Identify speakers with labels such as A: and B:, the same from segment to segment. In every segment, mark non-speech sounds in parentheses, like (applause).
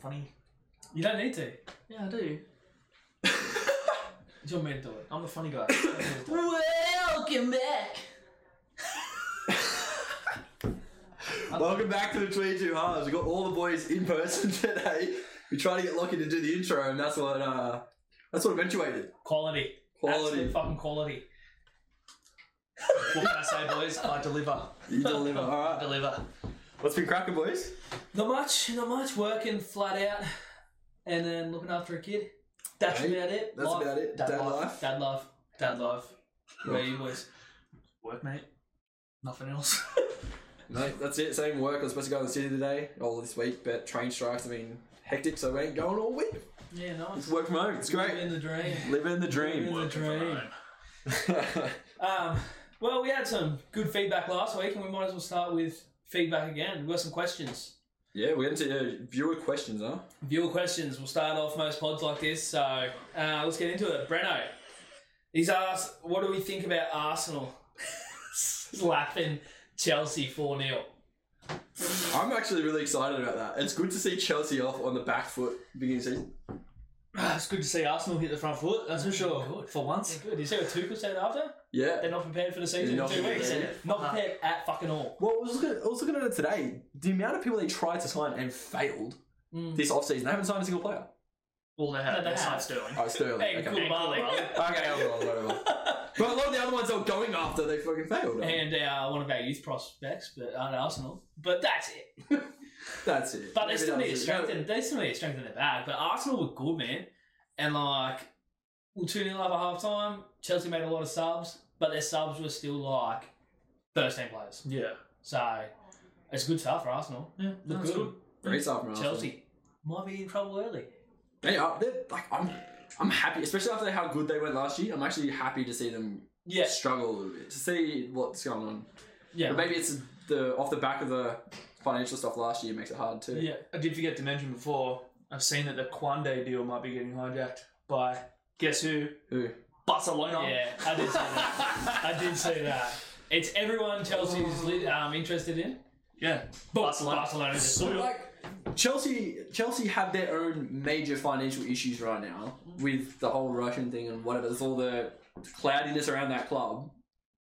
A: funny?
B: You don't need to.
A: Yeah, I do. It's your man to do it. I'm the funny
C: (coughs)
A: guy.
B: Welcome back.
D: Welcome back to the 22 Halves. We've got all the boys in person (laughs) today. We tried to get Lockie to do the intro, and that's what uh, that's what eventuated.
B: Quality. Absolute
D: Quality.
B: fucking quality. what can I say, boys? I deliver.
D: You deliver. All
B: I
D: right.
B: deliver.
D: What's been cracking, boys?
B: Not much, not much. Working flat out and then looking after a kid. That's
D: Hey,
B: about it.
D: that's about it. Dad life.
B: Dad life. Dad life. Where you boys? Work, mate. Nothing else. (laughs)
D: No, that's it. Same work. I was supposed to go to the city today, all this week, but train strikes have been hectic, so we ain't going all week.
B: yeah, nice.
D: Just work from home. It's great.
B: In the dream.
D: Living the
B: Living
D: dream.
B: the
C: Working from
B: dream.
C: home.
B: Um, well, we had some good feedback last week, and we might as well start with feedback again. We've got some questions.
D: (laughs) yeah, we're into uh, viewer questions, huh?
B: Viewer questions. We'll start off most pods like this, so uh, let's get into it. Breno, he's asked, "What do we think about Arsenal (laughs) slapping Chelsea four 0
D: I'm actually really excited about that. It's good to see Chelsea off on the back foot beginning of the season.
C: Ah, It's good to see Arsenal hit the front foot, that's for sure.
B: Good.
C: For once.
B: Good. You see what Tuchel said after?
D: Yeah.
B: They're not prepared for the season.
D: They're not
B: in two
D: prepared.
B: weeks.
D: Yeah.
B: Not prepared at fucking all.
D: Well, I was, looking, I was looking at it today. The amount of people they tried to sign and failed
B: Mm.
D: this offseason, they haven't signed a single player.
C: Well, they have.
B: No, they
C: They
B: have.
C: signed Sterling.
D: Oh, Sterling.
B: Hey,
D: okay.
B: cool.
C: And
B: Marley.
C: Koulibaly.
D: Okay, hold
B: (laughs)
D: on, whatever. But a lot of the other ones they were going after, they fucking failed.
B: And uh, one of our youth prospects, but at Arsenal. But that's it.
D: That's it.
B: But
D: Maybe
B: they still
D: that
B: need to
D: was it.
B: strengthen. They still need to strengthen their back. But Arsenal were good, man. And like, well, two 0 over half time. Chelsea made a lot of subs, but their subs were still like first team players.
C: Yeah.
B: So it's good stuff for Arsenal.
C: Yeah,
B: Look
C: that's
B: good.
C: good.
D: Great stuff from Arsenal.
B: Chelsea might be in trouble early.
D: They are. They're, like, I'm, I'm happy, especially after how good they went last year. I'm actually happy to see them
B: Yeah,
D: struggle a little bit, to see what's going on. But
B: yeah,
D: maybe it's the off the back of the financial stuff last year makes it hard too.
B: yeah.
C: I did forget to mention before, I've seen that the Quande deal might be getting hijacked by, guess who?
D: Who?
C: Barcelona.
B: Yeah, I did see that. I did see that. It's everyone Chelsea is lit, um, interested in.
C: Yeah. Barcelona.
B: Barcelona just-
C: So-
D: Like Chelsea, Chelsea have their own major financial issues right now with the whole Russian thing and whatever. There's all the cloudiness around that club,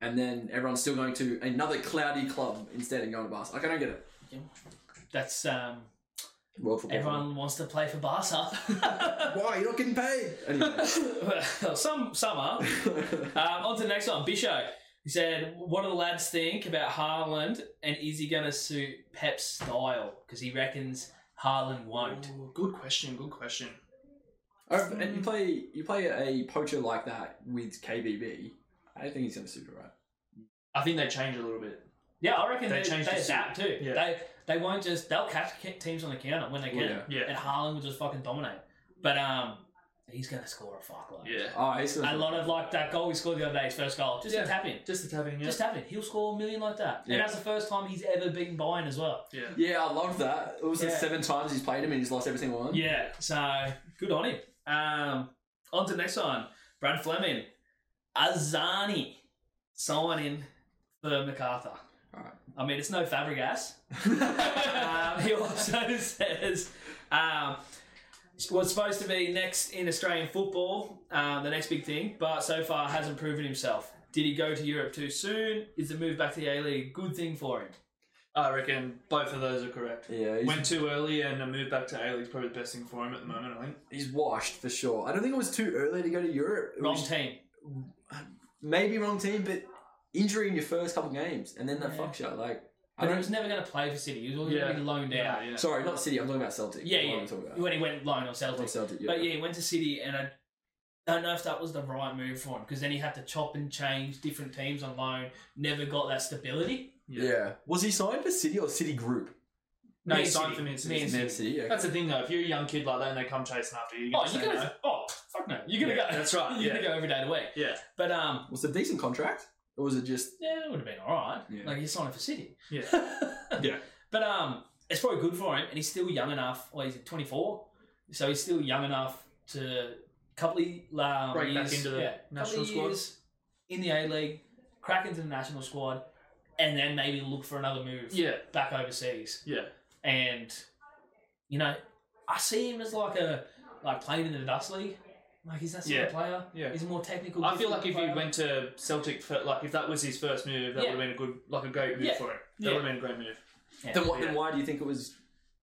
D: and then everyone's still going to another cloudy club instead and going to Barca. Like, I don't get it.
B: That's um,
D: World football.
B: everyone wants to play for Barca. (laughs)
D: Why you're not getting paid? Anyway. (laughs)
B: well, some some are. um, on to the next one. Bisho. He said, "What do the lads think about Haaland, and is he going to suit Pep's style? Because he reckons Haaland won't."
C: Ooh, good question, good question.
D: Oh, and you play you play a poacher like that with KBB. I don't think he's going to suit it right.
C: I think they change a little bit.
B: Yeah, I reckon they,
C: They
B: they,
C: changed the
B: adapt too.
C: Yeah.
B: They they won't just they'll catch ca- teams on the counter when they can,
D: Yeah.
C: Yeah.
B: and Haaland will just fucking dominate. But um, he's going to score a fuckload.
C: Yeah.
D: Oh, he's
B: A
D: gonna
B: lot of like that goal he scored the other day, his first goal, just
C: Yeah.
B: a tap in,
C: Just the tapping, yeah.
B: just tap in. He'll score a million like that,
D: Yeah.
B: and that's the first time he's ever beaten Bayern as well.
C: yeah.
D: Yeah, I love that. It was like
B: Yeah.
D: seven times he's played him and he's lost every single one.
B: Yeah, so good on him. Um, on to the next one. Brad Fleming. Azani signing for MacArthur.
D: Alright.
B: I mean, it's no Fabregas. um, he also (laughs) says um, was supposed to be next in Australian football, um, the next big thing, but so far hasn't proven himself. Did he go to Europe too soon? Is the move back to the A League a good thing for him?
C: I reckon both of those are correct.
D: (laughs) Yeah, he's,
C: Went too early and a move back to A League's probably the best thing for him at the moment, I think.
D: he's washed for sure. I don't think it was too early to go to Europe. It
B: Wrong
D: was
B: team.
D: maybe wrong team, but injury in your first couple games and then that
B: Yeah.
D: fuck shot. Like, I
B: But he was
D: don't.
B: never going to play for City. He was always going
C: Yeah.
B: to be loaned out.
C: yeah.
D: Sorry, not City. I'm talking about Celtic.
B: Yeah,
D: That's what
B: yeah.
D: I'm talking about.
B: when he went loan or Celtic.
D: Not Celtic. Yeah.
B: But yeah, he went to City, and I don't know if that was the right move for him because then he had to chop and change different teams on loan. Never got that stability.
D: yeah. Was he signed for City or City Group?
C: No, he
B: Man
C: signed
B: City.
C: for Man City.
B: Man
D: Man
B: City.
D: City. Yeah.
C: That's the thing, though. If you're a young kid like that and they come chasing after you, you're
B: Oh,
C: gonna
B: you're
C: say
B: gonna
C: no.
B: oh fuck no, you're gonna
C: Yeah,
B: go.
C: that's
B: (laughs)
C: right, yeah.
B: You're gonna go every day of the week.
C: Yeah,
B: But um,
D: Was it a decent contract? Or was it just
B: yeah, it would have been all right.
D: Yeah.
B: Like he's signed for City. (laughs)
C: Yeah.
D: Yeah.
B: But um, it's probably good for him, and he's still young enough. Well, he's 24, so he's still young enough to couple of um,
C: Break back
B: years,
C: into the
B: yeah,
C: national
B: couple of
C: squad.
B: years in the A League, crack into the national squad, and then maybe look for another move
C: yeah,
B: back overseas.
C: yeah.
B: And you know, I see him as like a like playing in the dust league. Like he's that sort of
C: Yeah.
B: player.
C: Yeah.
B: He's a more technical.
C: I feel like if
B: gifted
C: he
B: player.
C: went to Celtic, for, like if that was his first move, that
B: Yeah.
C: would have been a good, like a great move
B: Yeah.
C: for him. That
B: Yeah.
C: would have been a great move.
B: Yeah.
D: Then, wh-
C: Yeah.
D: then why do you think it was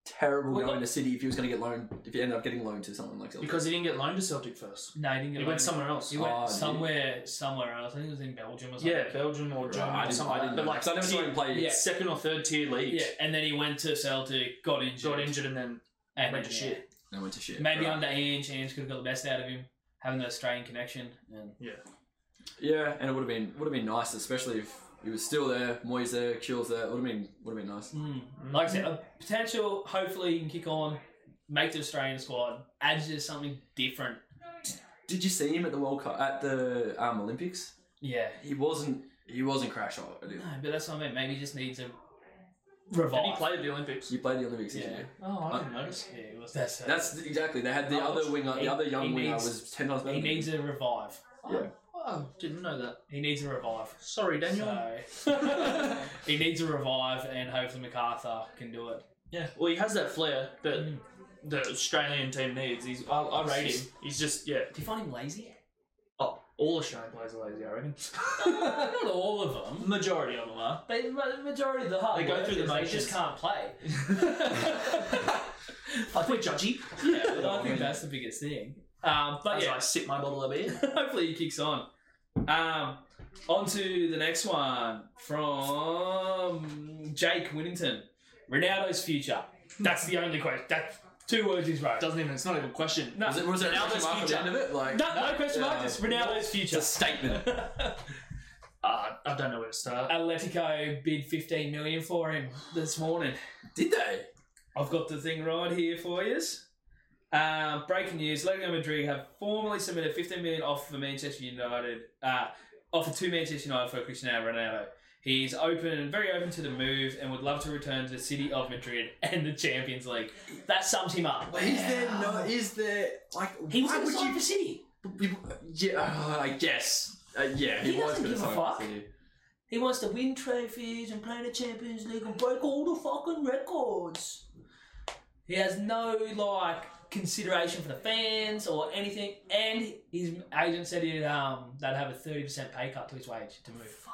D: terrible
B: Well, look-
D: going to City if he was going to get loaned, if he ended up getting loaned to someone like Celtic?
C: Because he didn't get loaned to Celtic first.
B: no, he didn't
C: He
B: get
C: went
B: loaned.
C: somewhere else.
B: He went
D: Oh, did he?
B: somewhere, somewhere else. I think it was in Belgium or something.
C: Yeah, Belgium or Germany
D: I
C: or
D: didn't-
C: something.
D: I
C: like that.
D: didn't
C: But
D: know.
C: like,
D: 'Cause I never saw
C: tier-
D: him play.
B: yeah.
C: second or third tier leagues.
B: Yeah, and then he went to Celtic, got injured,
C: Got injured and then
B: and
C: went to
B: yeah.
C: shit.
D: No, went to shit.
B: Maybe
D: Right.
B: under Ange, Ange could have got the best out of him, having the Australian connection. And
D: Yeah, and it would have been would have been nice, especially if he was still there, Moyes there, Kill's there. It would have been would have been nice.
C: Mm-hmm.
B: like I said, a potential. Hopefully, you can kick on, make the Australian squad, add just something different.
D: Did you see him at the World Cup at the um, Olympics?
B: Yeah,
D: He wasn't he wasn't crash hot.
B: no, but that's what I mean. Maybe he just needs a
C: And he
B: revive.
C: played at the Olympics.
D: He played the Olympics. Yeah.
B: Yeah.
C: Oh, I
D: Uh,
C: didn't notice.
B: Yeah, it was that's
D: That's exactly. They had the
B: How
D: other
B: much-
D: winger,
B: he-
D: the other
B: he
D: young winger
B: needs-
D: was ten times better.
B: he
D: than
B: needs a revive.
D: Yeah.
C: Oh, didn't know that.
B: He needs a revive.
C: Sorry, Daniel. (laughs)
B: So, he needs a revive, and hopefully MacArthir can do it.
C: Yeah, well, he has that flair that
B: Mm.
C: the Australian team needs. He's, I, I rate him. He's just, yeah.
B: Do you find him lazy?
C: Oh, all Australian players are lazy, I reckon. (laughs)
B: Uh, Not all of them.
C: Majority of them are.
B: They, the majority of the hard
C: They go
B: workers,
C: through the
B: they
C: motions.
B: just
C: (laughs)
B: can't play.
C: I think judgy. (laughs)
B: Yeah, I think that's the biggest thing. Um, but
C: As
B: yeah,
C: I sip my bottle of beer.
B: (laughs) hopefully he kicks on. Um, on to the next one from Jake Winnington. Ronaldo's future. That's the only question. That's two words he's
C: (laughs)
B: wrote.
C: Doesn't even. It's not even a question.
B: No,
D: (laughs) Was it was it
C: Ronaldo's
D: Ronaldo's mark at
C: future.
D: the end of it? Like
B: no, no question mark.
D: Yeah.
B: It's Ronaldo's
D: it's a
B: future.
D: statement.
C: Uh, I don't know where to start.
B: (laughs) Atletico bid 15 million for him this morning.
D: Did they?
B: I've got the thing right here for you. Um, breaking news: Atletico Madrid have formally submitted 15 million offer for Manchester United. Uh, offer to Manchester United for Cristiano Ronaldo. He is open, very open to the move, and would love to return to the city of Madrid and the Champions League. That sums him up.
D: Is there no? Is there like?
B: He was
D: why would
B: inside
D: you?
B: for City.
D: Yeah, uh, I guess. Uh, yeah,
B: He doesn't
D: gonna
B: give a
D: sign
B: fuck.
D: for you.
B: He wants to win trophies and play in the Champions League and break all the fucking records. He has no like consideration for the fans or anything, and his agent said he'd um they'd have a thirty percent pay cut to his wage to move.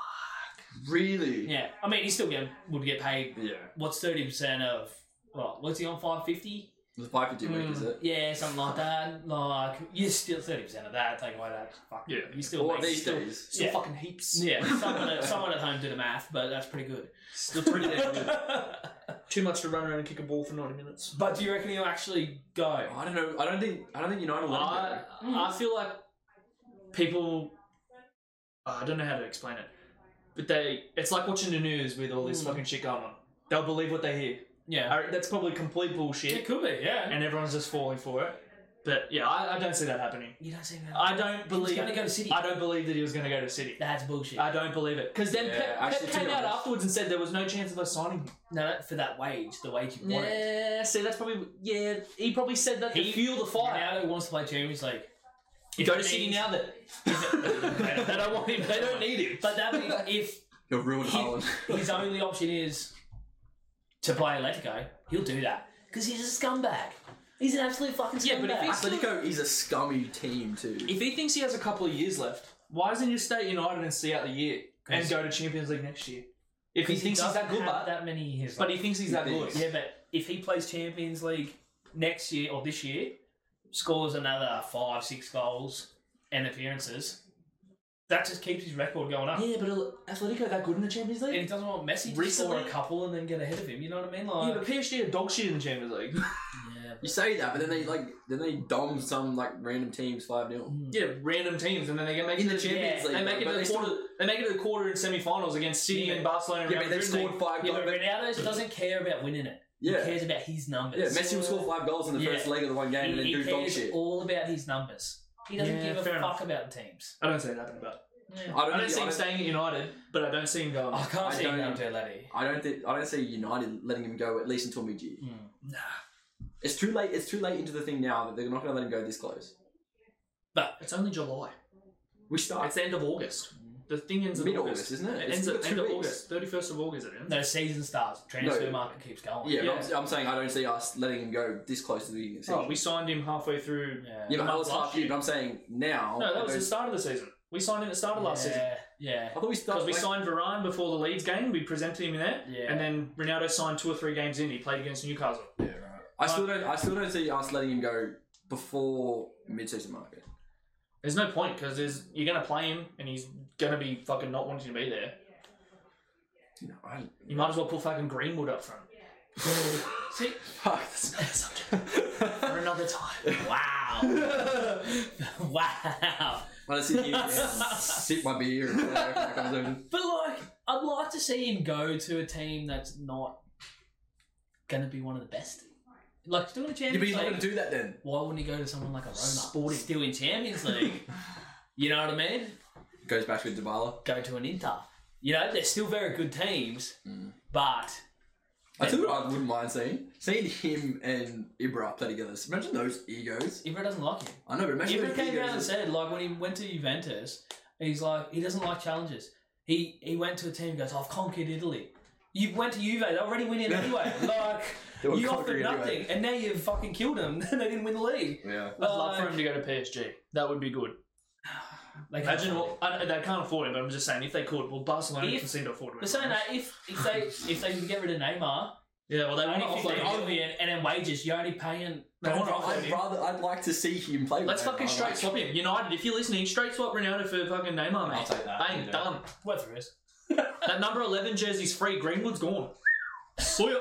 D: Really?
B: Yeah, I mean he still get, would get paid.
D: Yeah.
B: What's thirty percent of? Well, what's he on five fifty?
D: The five fifty week is it?
B: Yeah, something like that. Like you still thirty percent of that. Take away that. Fuck.
C: Yeah.
B: You still.
D: Or
B: make-
D: these
B: still-
D: days.
C: Still
B: Yeah.
C: fucking heaps.
B: Yeah. Someone at, someone at home did the math, but that's pretty good.
C: Still pretty damn good.
B: (laughs)
C: Too much to run around and kick a ball for 90 minutes.
B: But do you reckon he'll actually go?
D: (laughs) I don't know. I don't think. I don't think United will.
B: Uh,
D: let
C: I,
D: him
C: I feel like people. I don't know how to explain it, but they. It's like watching the news with all this
B: Mm.
C: fucking shit going on. They'll believe what they hear.
B: Yeah.
C: I- That's probably complete
B: It
C: bullshit,
B: could be, yeah.
C: and everyone's just falling for it. But yeah, I, I don't see that happening.
B: You don't see that.
C: I don't
B: He's
C: believe.
B: going to go to City.
C: I don't believe that he was going to go to City.
B: That's bullshit.
C: I don't believe it because then
D: Yeah,
C: Pep,
D: actually,
C: Pep
D: to
C: came
D: be
C: out
D: honest-
C: afterwards and said there was no chance of us signing him.
B: no, for that wage, the wage you wanted.
C: Yeah, see, that's probably yeah. He probably said that
B: He-
C: to fuel the fire.
B: Ronaldo wants to play Champions League.
C: You
B: If
C: go
B: it
C: to City
B: means-
C: (laughs) now then. (laughs) they don't want him. They don't need him. Oh.
B: But that means
C: (laughs)
B: if
D: You're ruined,
B: He-
D: Haaland.
B: his only option is to play Atletico, he'll do that. Because he's a scumbag. He's an absolute fucking scumbag.
C: Yeah, but if he's-
D: Atletico is a scummy team too.
C: if he thinks he has a couple of years left, why doesn't he stay at United and see out the year and
B: 'Cause-
C: go to Champions League next year? If he
B: Because
C: thinks he's
B: doesn't
C: that good,
B: have
C: but,
B: that many years.
C: but
B: left.
C: he thinks he's
D: He
C: that good.
D: thinks.
B: Yeah, but if he plays Champions League next year or this year, scores another five, six goals and appearances, that just keeps his record going up.
C: Yeah, but Al- Atletico that good in the Champions
B: And
C: League?
B: he doesn't want Messi to
C: Recently-
B: score a couple and then get ahead of him. You know what I mean? Like,
C: yeah, but PSG are dog shit in the Champions (laughs) League.
B: yeah,
D: you say that, but then they like then they dom some like random teams five 0
C: yeah, random teams, and then they get make
D: In
C: it to
D: the Champions
B: Yeah,
D: League.
C: They make
D: though,
C: it
D: but
C: to the
D: still-
C: quarter. They make it to the quarter and semi-finals against City
B: Yeah,
C: and Barcelona. and
D: Yeah,
C: Real
D: but they've
C: Madrid, and
D: scored five
B: yeah,
D: goals.
B: but
D: but-
B: Ronaldo doesn't care about winning it. He
D: Yeah,
B: cares about his numbers.
D: yeah. Messi will score five goals in the
B: Yeah.
D: first leg of the one game and
B: He,
D: then
B: he
D: do dog
B: cares
D: shit.
B: all about his numbers. He doesn't
C: Yeah,
B: give a fuck
C: fair enough.
B: about the teams.
C: I don't see it happening, but
B: Yeah.
D: I
C: I
D: don't,
C: don't see
D: think,
C: him
D: I, don't,
C: staying at United, but I don't see him going.
B: I can't
D: I
B: see him
D: don't-
B: going to Atleti.
D: I don't think I don't see United letting him go at least until mid year.
B: Mm.
D: It's too late. It's too late into the thing now that they're not going to let him go this close.
B: But
C: It's only July.
D: We start.
C: It's the end of August. The thing ends in
D: Mid
C: August,
D: August, isn't it?
C: Mm. It
D: It's
C: ends at
D: two
C: end of
D: weeks.
C: August, thirty first of August. It ends.
B: No season starts. Transfer
D: No.
B: market keeps going.
D: Yeah, but
C: Yeah.
D: I'm, I'm saying I don't see us letting him go this close to the beginning of the season.
C: Oh, we signed him halfway through.
B: Yeah.
D: yeah, but that was
C: last
D: half year.
C: year.
D: But I'm saying now.
C: No, that was
D: I
C: the
D: don't-
C: start of the season. We signed him at the start of last
B: Oh, yeah.
C: season.
B: Yeah.
D: I thought we
C: Because
D: started.
C: we
D: like-
C: signed Varane before the Leeds game, we presented him in there,
B: Yeah.
C: and then Ronaldo signed two or three games in. He played against Newcastle.
D: Yeah, right. I still don't. I still don't see us letting him go before mid-season market.
C: There's no point because there's you're gonna play him, and he's gonna be fucking not wanting to be there.
D: No, I don't-
C: You might as well pull fucking Greenwood up front
B: See,
D: fuck. That's not (laughs)
C: for another time.
B: wow, (laughs) wow.
D: I just sit here and sip my beer. And whatever that comes in.
B: But like, I'd like to see him go to a team that's not gonna be one of the best. Like, still in
D: Yeah, but
B: Champions
D: he's not
B: League.
D: going to do that then.
B: Why wouldn't he go to someone like a Roma?
C: Sporting.
B: Still in Champions League.
D: (laughs)
B: you know what I mean?
D: Goes back with Dybala.
B: Go to an Inter. You know, they're still very good teams,
D: Mm.
B: but
D: I tell you what I wouldn't mind seeing. Seeing him and Ibra play together. Imagine those egos.
B: Ibra doesn't like him.
D: I know, but imagine
B: Ibra
D: those
B: came
D: egos.
B: around and said, like, when he went to Juventus, he's like, he doesn't like challenges. He he went to a team and goes, I've conquered Italy. You went to Juve, they already winning
D: (laughs)
B: anyway. Like,
D: They were
B: you
D: conquering
B: offered nothing,
D: anyway.
B: and now you've fucking killed them, (laughs) and they didn't win the league.
D: Yeah.
C: I'd love for him to go to PSG. That would be good.
B: Like,
C: Imagine what I, they can't afford it, but I'm just saying if they could, well, Barcelona
B: If-
C: can seem to afford it.
B: They're saying that if, if they if they can get rid of Neymar,
C: Yeah, well, they
B: they
C: want
B: only
C: to
B: offload
C: offload.
B: Ollie and, and then wages. You're only paying.
C: They
D: I'd,
C: want to offload
D: I'd
C: him.
D: rather. I'd like to see him play. with
C: Let's
D: that.
C: fucking
D: I
C: straight
D: like-
C: swap him. United, if you're listening, straight swap Ronaldo for fucking Neymar, mate.
D: I'll take that.
C: Bang,
D: Yeah.
C: done.
B: Whatever it is.
C: That number 11 jersey's free. Greenwood's gone. See ya.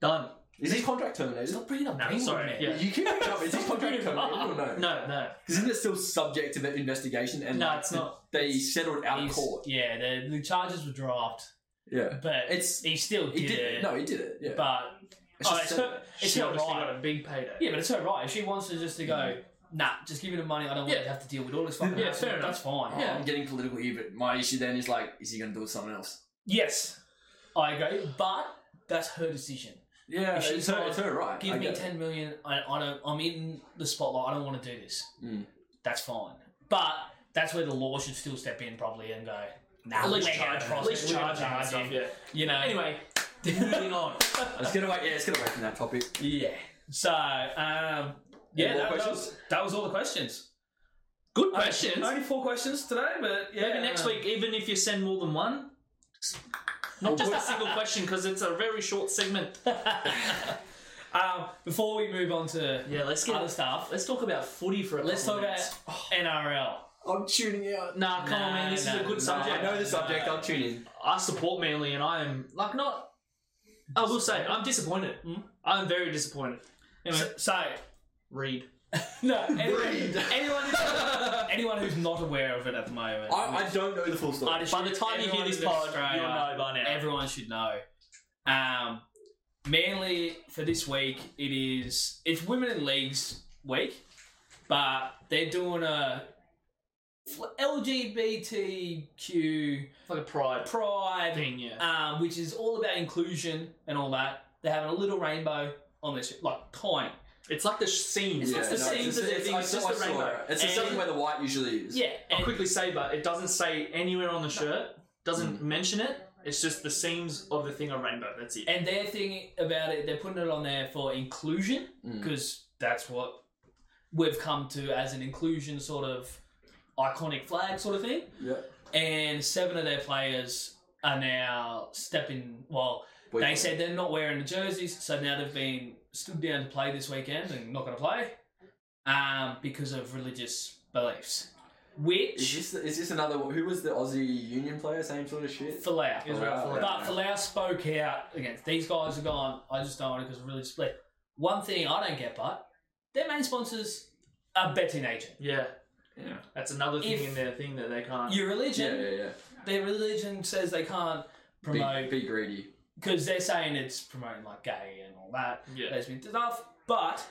C: Done.
D: Is his contract terminated?
B: Stop bringing up
C: No,
B: Greenwood,
C: sorry,
B: man.
C: yeah.
D: You keep bringing it up. Is his contract terminated or no?
C: No, no.
D: Because isn't it still subject to the investigation? And
C: No,
D: like,
C: it's
D: th-
C: not.
D: They settled out of
B: He's-
D: court.
B: Yeah, the, the charges were dropped,
D: Yeah.
B: but
D: It's-
B: he still did,
D: He did.
B: it.
D: No, he did it. Yeah.
B: but
D: It's
B: oh,
D: just
B: it's
D: settled.
B: her, it's
C: She
B: her
C: obviously
B: right.
C: got a big payday.
B: Yeah, but it's her right. If she wants to just to go, nah, just give me the money. I don't want
C: Yeah.
B: to have to deal with all this fucking.
C: Yeah,
B: hassle,"
C: fair enough.
B: That's fine.
D: Oh, I'm getting political here, but my issue then is like, is he going to do something else?
B: Yes, I agree, but that's her decision.
D: Yeah,
B: If she's
D: it's her,
B: like,
D: it's her right.
B: Give
D: I
B: me
D: get it.
B: ten million. I, I don't. I'm in the spotlight. I don't want to do this.
D: Mm.
B: That's fine. But that's where the law should still step in probably and go. Nah,
C: At least
B: we're gonna
C: charge him.
B: process-
C: At least
B: we're gonna
C: charge him and
B: charge
C: stuff,
B: him,
C: yeah.
B: You know.
C: Anyway, moving on.
D: Let's get away. Yeah, let's get away from that topic.
B: Yeah. So, um, yeah,
D: more
B: that, that,
D: questions?
B: was, that was all the questions.
C: Good questions.
B: Only four questions today, but yeah.
C: Maybe next week, even if you send more than one, not
D: Oh,
C: just a single question because it's a very short segment.
B: (laughs) um, before we move on to
C: Yeah, let's
B: other stuff,
C: Let's talk about footy for a
B: let's
C: couple
B: talk about
C: minutes.
B: NRL.
D: I'm tuning out.
C: Nah, come on,
B: Nah,
C: man. This is
B: nah,
C: a good
B: nah.
C: subject.
D: I know the subject. I'll tune in.
C: I support Manly, and I am like not. I will say I'm disappointed. I'm very disappointed. Anyway,
B: So, so
C: read.
B: no, anyone,
D: Breed.
B: anyone, who's, anyone who's not aware of it at the moment,
D: I, I don't know the full story.
B: I'd
C: By the
B: assume
C: time you hear
B: everyone
C: this
B: in
C: pod,
B: Australia-
C: you'll know by now.
B: Everyone should know. Um, mainly for this week, it is it's Women in Leagues week, but they're doing a fl- LGBTQ
C: like a pride Uh,
B: pride,
C: thing, yeah.
B: um, which is all about inclusion and all that. They're having a little rainbow on this, like tiny.
C: It's like the scene.
B: It's
D: yeah,
B: just the
D: no,
B: same
D: it's,
B: as it
D: it's,
B: is,
D: I
B: it's
D: saw-
B: just
D: I
B: the
D: saw
B: rainbow.
D: it. It's the same
B: And-
D: where the white usually is.
B: Yeah,
C: I'll
B: and-
C: quickly say, but it doesn't say anywhere on the shirt. Doesn't mention it. It's just the seams of the thing a rainbow. That's it.
B: And their thing about it, they're putting it on there for inclusion
D: Mm.
B: because that's what we've come to as an inclusion sort of iconic flag sort of thing.
D: Yeah.
B: And seven of their players are now stepping. Well,
D: Wait,
B: they said they're not wearing the jerseys, so now they've been stood down to play this weekend and not going to play um, because of religious beliefs.
D: Is
B: Which
D: this is this another? Who was the Aussie Union player? Same sort of shit.
B: Falau.
C: Israel
D: Wow.
C: Folau.
B: But Falau spoke out against these guys are gone. I just don't want it because really split. One thing I don't get, but their main sponsors are betting agent.
C: Yeah,
D: Yeah.
C: that's another thing
B: If-
C: in their thing that they can't.
B: Your
D: Yeah,
B: religion,
D: yeah, yeah.
B: their religion says they can't
D: Be,
B: promote
D: be greedy.
B: because they're saying it's promoting like gay and all that
C: yeah.
B: lesbian stuff. But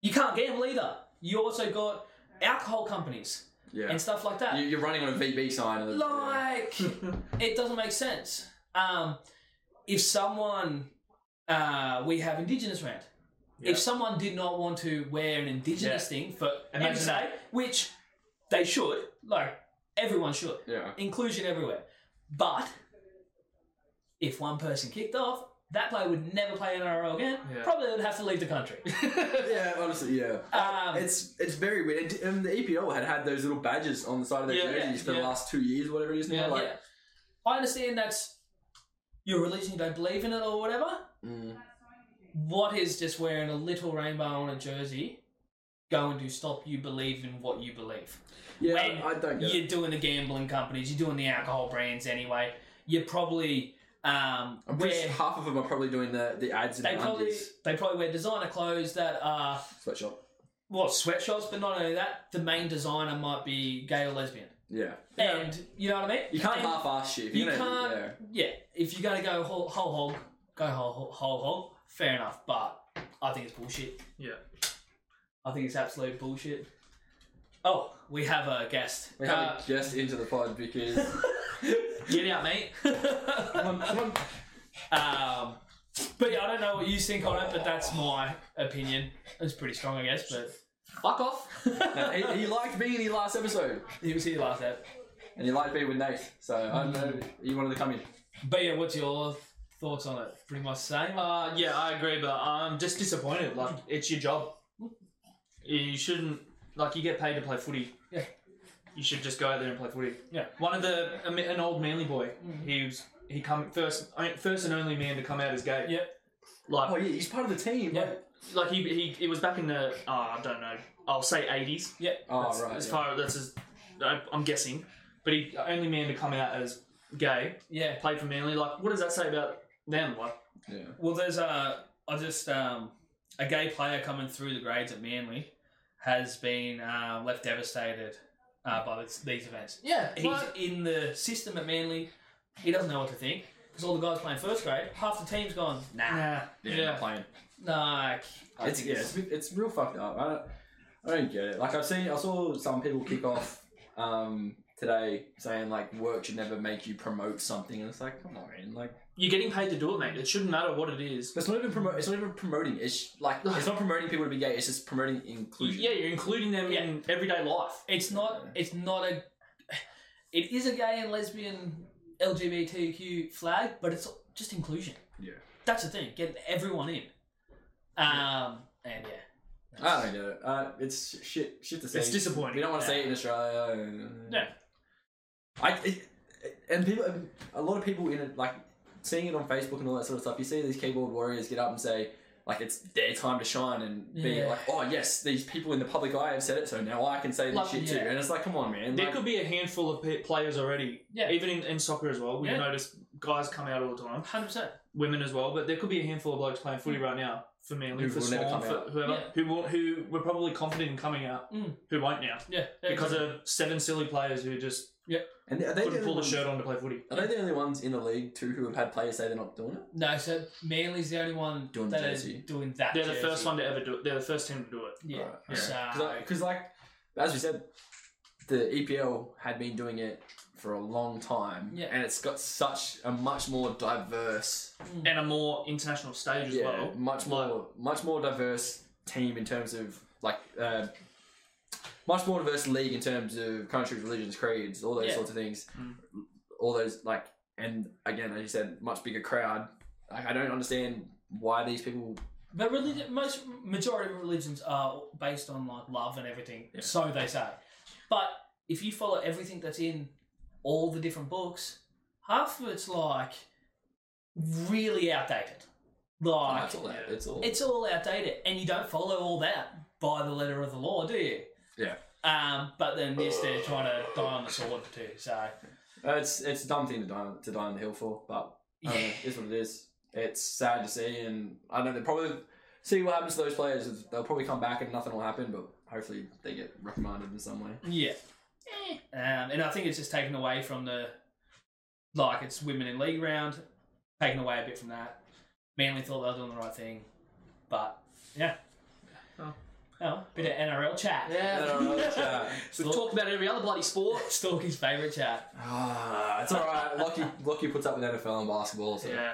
B: you can't gamble either. You also got alcohol companies
D: Yeah.
B: and stuff like that.
D: You- You're running on a VB sign. and-
B: Like, it doesn't make sense. Um, if someone, uh, we have Indigenous rant.
C: Yeah.
B: If someone did not want to wear an Indigenous thing for
C: Imagine
B: any
C: that.
B: state, which they should, like Everyone should.
D: Yeah.
B: Inclusion everywhere. But if one person kicked off, that player would never play NRL again.
C: Yeah.
B: Probably would have to leave the country.
D: (laughs)
C: (laughs)
D: Yeah, honestly, yeah.
B: Um,
D: It's it's very weird. And, and the EPL had had those little badges on the side of their
C: Yeah,
D: jerseys for the
C: yeah.
D: last two years, whatever it is now.
C: Yeah,
D: like,
B: yeah. I understand that's your religion, you don't believe in it or whatever.
D: mm,
B: What is just wearing a little rainbow on a jersey going to stop you believe in what you believe?
D: yeah,
B: When
D: I don't get it.
B: You're doing the gambling companies, you're doing the alcohol brands anyway. You're probably um,
D: I'm pretty
B: where
D: sure half of them are probably doing the, the ads in
B: they
D: the
B: probably
D: undies
B: they probably wear designer clothes that are
D: sweatshop.
B: well sweatshops, but not only that, the main designer might be gay or lesbian,
D: Yeah,
C: Yeah.
B: and you know what I mean.
D: you can't
B: And-
D: half-ass shit. If
B: You
D: you're gonna-
B: can't.
D: yeah.
B: Yeah, if you're gonna go whole, whole hog, go whole, whole whole hog. Fair enough, but I think it's bullshit.
C: (laughs) Yeah.
B: I think it's absolute bullshit. Oh, we have a guest. Uh,
D: We have a guest into the pod because
B: (laughs)
D: (laughs)
C: Get out, mate.
B: um, but yeah, I don't know what you think on it, but that's my opinion. It's pretty strong, I guess.
C: Fuck off.
D: No,
B: But
D: he, he liked being in the last episode
B: (laughs) he was here last episode.
D: and he liked being with Nate. So I don't know. He wanted to come in.
B: But yeah, what's your thoughts on it? Pretty much the same.
C: Uh, yeah, I agree, but I'm just disappointed. Like, it's your job. You shouldn't, like, you get paid to play footy.
B: Yeah.
C: You should just go out there and play footy.
B: Yeah.
C: One of the, a ma- an old manly boy, he was, he come first, I mean, first and only man to come out as gay.
B: Yeah.
C: Like,
D: Oh yeah, he's part of the team.
B: Yeah.
C: like
D: Like,
C: he, he, it was back in the, oh, I don't know, I'll say 80s.
D: oh
C: That's-
D: right.
C: As
D: yeah.
C: far as that's as I- I'm guessing, but he only man to come out as gay,
B: yeah.
C: played for Manly. Like, what does that say about them? Like,
D: yeah.
B: Well, there's a I just um, a gay player coming through the grades at Manly has been uh, left devastated uh, by this, these events.
C: yeah,
B: He's in the system at Manly. He doesn't know what to think because all the guys playing first grade, half the team's gone. Nah,
C: nah, yeah,
D: playing.
B: nah. I
D: It's
B: think
D: Uh, yeah, it's, it's real fucked up. I don't, I don't get it. Like I've seen, I saw some people kick off um, today saying like work should never make you promote something, and it's like, come on, man. Like
C: You're getting paid to do it, mate. It shouldn't matter what it is.
D: it's not even promote. It's not even promoting. It's like it's not promoting people to be gay. It's just promoting inclusion.
C: Yeah, you're including them in everyday life.
B: It's not. It's not a. It is a gay and lesbian LGBTQ flag, but it's just inclusion.
D: Yeah.
B: That's the thing. Getting everyone in. Um. And yeah. Ah.
D: I don't get it. Uh, it's shit. Shit to say.
C: It's disappointing.
D: We don't want to
B: Yeah.
D: say it in Australia. and-
B: Yeah.
D: I it, and people, a lot of people in it, like seeing it on Facebook and all that sort of stuff. You see these keyboard warriors get up and say like it's their time to shine and be
B: Yeah.
D: like, oh yes, these people in the public eye have said it, so now I can say this
B: Like,
D: shit
B: yeah.
D: too. And it's like, come on, man.
C: There
D: like-
C: could be a handful of pe- players already.
B: Yeah.
C: Even in, in soccer as well, we
B: Yeah.
C: notice guys come out all the time,
B: Hundred percent.
C: women as well. But there could be a handful of blokes playing footy right now for Manly,
D: Who
C: for
D: will never
C: Swan,
D: come out.
C: for whoever,
B: Yeah.
C: who will, who were probably confident in coming out,
B: Mm.
C: who won't now
B: Yeah.
C: because of seven silly players who just
D: and are they the
C: couldn't pull
D: only
C: the
D: ones,
C: shirt on to play footy.
D: Are they the only ones in the league too who have had players say they're not doing it?
B: No, so Manly's the only one
D: Doing
B: that is
D: jersey.
B: doing that.
C: They're the first
B: jersey.
C: one to ever do it. They're the first team to do it.
B: Yeah.
D: Right.
B: So,
D: Because, like, as we said, the EPL had been doing it for a long time,
B: Yeah.
D: and it's got such a much more diverse,
C: And a more international stage as
D: yeah,
C: well.
D: much more, much more diverse team in terms of like, uh, much more diverse league in terms of countries, religions, creeds, all those
B: Yeah.
D: sorts of things,
C: Mm.
D: all those like, and again, as you said, much bigger crowd. Like, I don't understand why these people.
B: but religion, most majority of religions are based on like love and everything.
D: Yeah.
B: So they say. But if you follow everything that's in all the different books, half of it's like really outdated. Like
D: it's all that. It's all.
B: it's all outdated, and you don't follow all that by the letter of the law, do you?
D: Yeah.
B: Um, but then yes, they're trying to die on the sword too. So
D: Uh, it's it's a dumb thing to die to die on the hill for, but I don't know, it's what it is. It's sad to see, and I know they probably see what happens to those players. is They'll probably come back and nothing will happen, but hopefully they get reprimanded in some way.
B: Yeah. Um, and I think it's just taken away from the, like, it's women in league round, taken away a bit from that. Manly thought they were doing the right thing, but yeah.
C: Oh.
B: Oh, bit of NRL chat.
D: (laughs)
B: (laughs)
D: Yeah.
C: We've talked about every other bloody sport.
B: Stalky's favourite chat.
D: Ah, it's all right. Lockie, Lockie puts up with NFL and basketball, so
C: Yeah.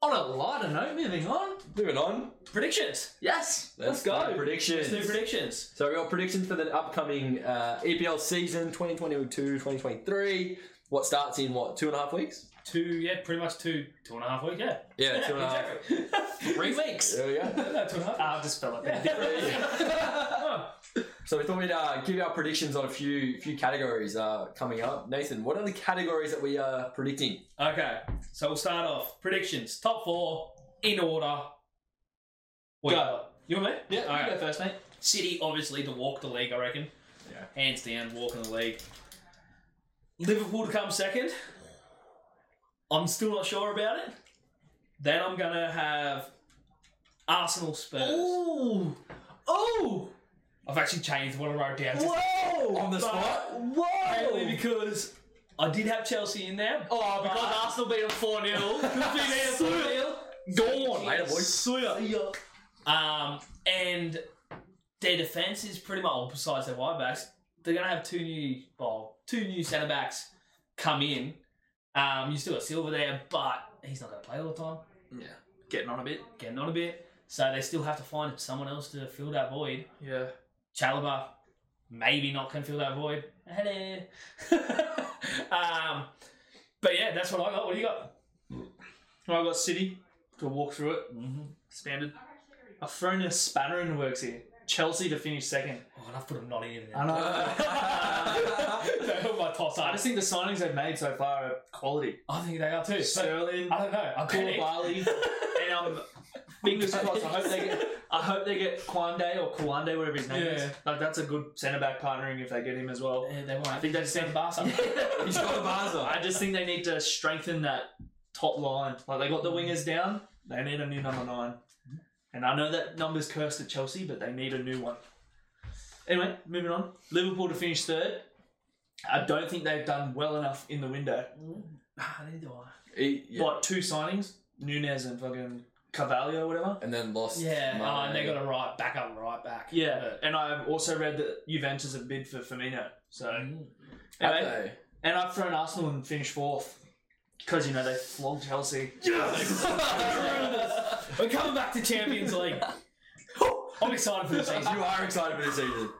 C: On a lighter note, moving on.
D: Moving on.
B: Predictions.
C: Yes.
B: Let's go.
D: my
B: Let's do
D: Predictions.
B: predictions.
D: So we got predictions for the upcoming uh, EPL season 2022-2023. What starts in what two and a half weeks?
B: Two, yeah, pretty much two, two and a half weeks, yeah.
D: Yeah, two and a half.
B: (laughs) Exactly.
C: Three weeks.
D: (laughs) There we go.
B: No, two and a half.
C: I'll just spell it. then.
B: (laughs) Oh,
D: So we thought we'd uh, give our predictions on a few few categories uh, coming up. Nathan, what are the categories that we are predicting?
B: Okay, so we'll start off. Predictions. Top four in order. Wait,
C: Go.
B: You want me?
C: Yeah,
B: All
C: you
B: right.
C: go first, mate.
B: City, obviously, to walk the league, I reckon.
D: Yeah.
B: Hands down, walking the league. Liverpool to come second. I'm still not sure about it. Then I'm going to have Arsenal Spurs.
C: Ooh. Oh.
B: I've actually changed what I wrote down.
C: Whoa.
D: On the spot?
B: Mainly
C: Whoa.
B: because I did have Chelsea in there.
C: Oh, because
B: But-
C: Arsenal beat them 4 0. (laughs) Gone.
D: Later, boys.
C: See
D: (laughs)
C: ya.
B: Um, and their defense is pretty much, well, besides their wide backs, they're going to have two new, well, two new centre backs come in. Um, you still got Silver there, but he's not going to play all the time,
C: Yeah. Getting on a bit.
B: getting on a bit. So they still have to find someone else to fill that void.
C: Yeah.
B: Chalobah, maybe not can fill that void. Hello. (laughs) um, but yeah, that's what I got. What do you got?
C: Well, I've got City to walk through it.
B: Mm-hmm.
C: Standard. I've thrown a spanner in the works here. Chelsea to finish second.
B: Oh, and I've put them not in.
C: I
B: (laughs) there.
C: know.
B: They're my top
C: I
B: side.
C: just think the signings they've made so far are quality.
B: I think they are too. So,
C: Sterling,
B: I don't know. I
C: (laughs)
B: panicked.
C: Koulibaly, and um, fingers crossed. I hope they get. I hope they get Kwande or Kwande, whatever his name is.
B: Yeah.
C: Like that's a good centre back partnering if they get him as well.
B: Yeah, they won't.
C: I think they just need
B: (laughs) Barca.
D: He's got a Barca.
C: I just think they need to strengthen that top line. Like they got the wingers down, they need a new number nine. And I know that number's cursed at Chelsea, but they need a new one. Anyway, moving on. Liverpool to finish third. I don't think they've done well enough in the window.
B: (laughs) Ah, neither do I.
D: He- yeah.
C: What two signings? Nunez and fucking Carvalho, or whatever.
D: And then lost.
B: Yeah, oh, and they
D: Mane.
B: got a right back up, right back.
C: Yeah,
B: But-
C: and I've also read that Juventus have bid for Firmino. So,
B: (laughs) Mm.
D: Have
C: anyway,
D: they?
C: and I've thrown Arsenal and finished fourth because you know they flogged Chelsea.
B: We're coming back to Champions (laughs) League. I'm excited for this season.
D: you are excited for this season.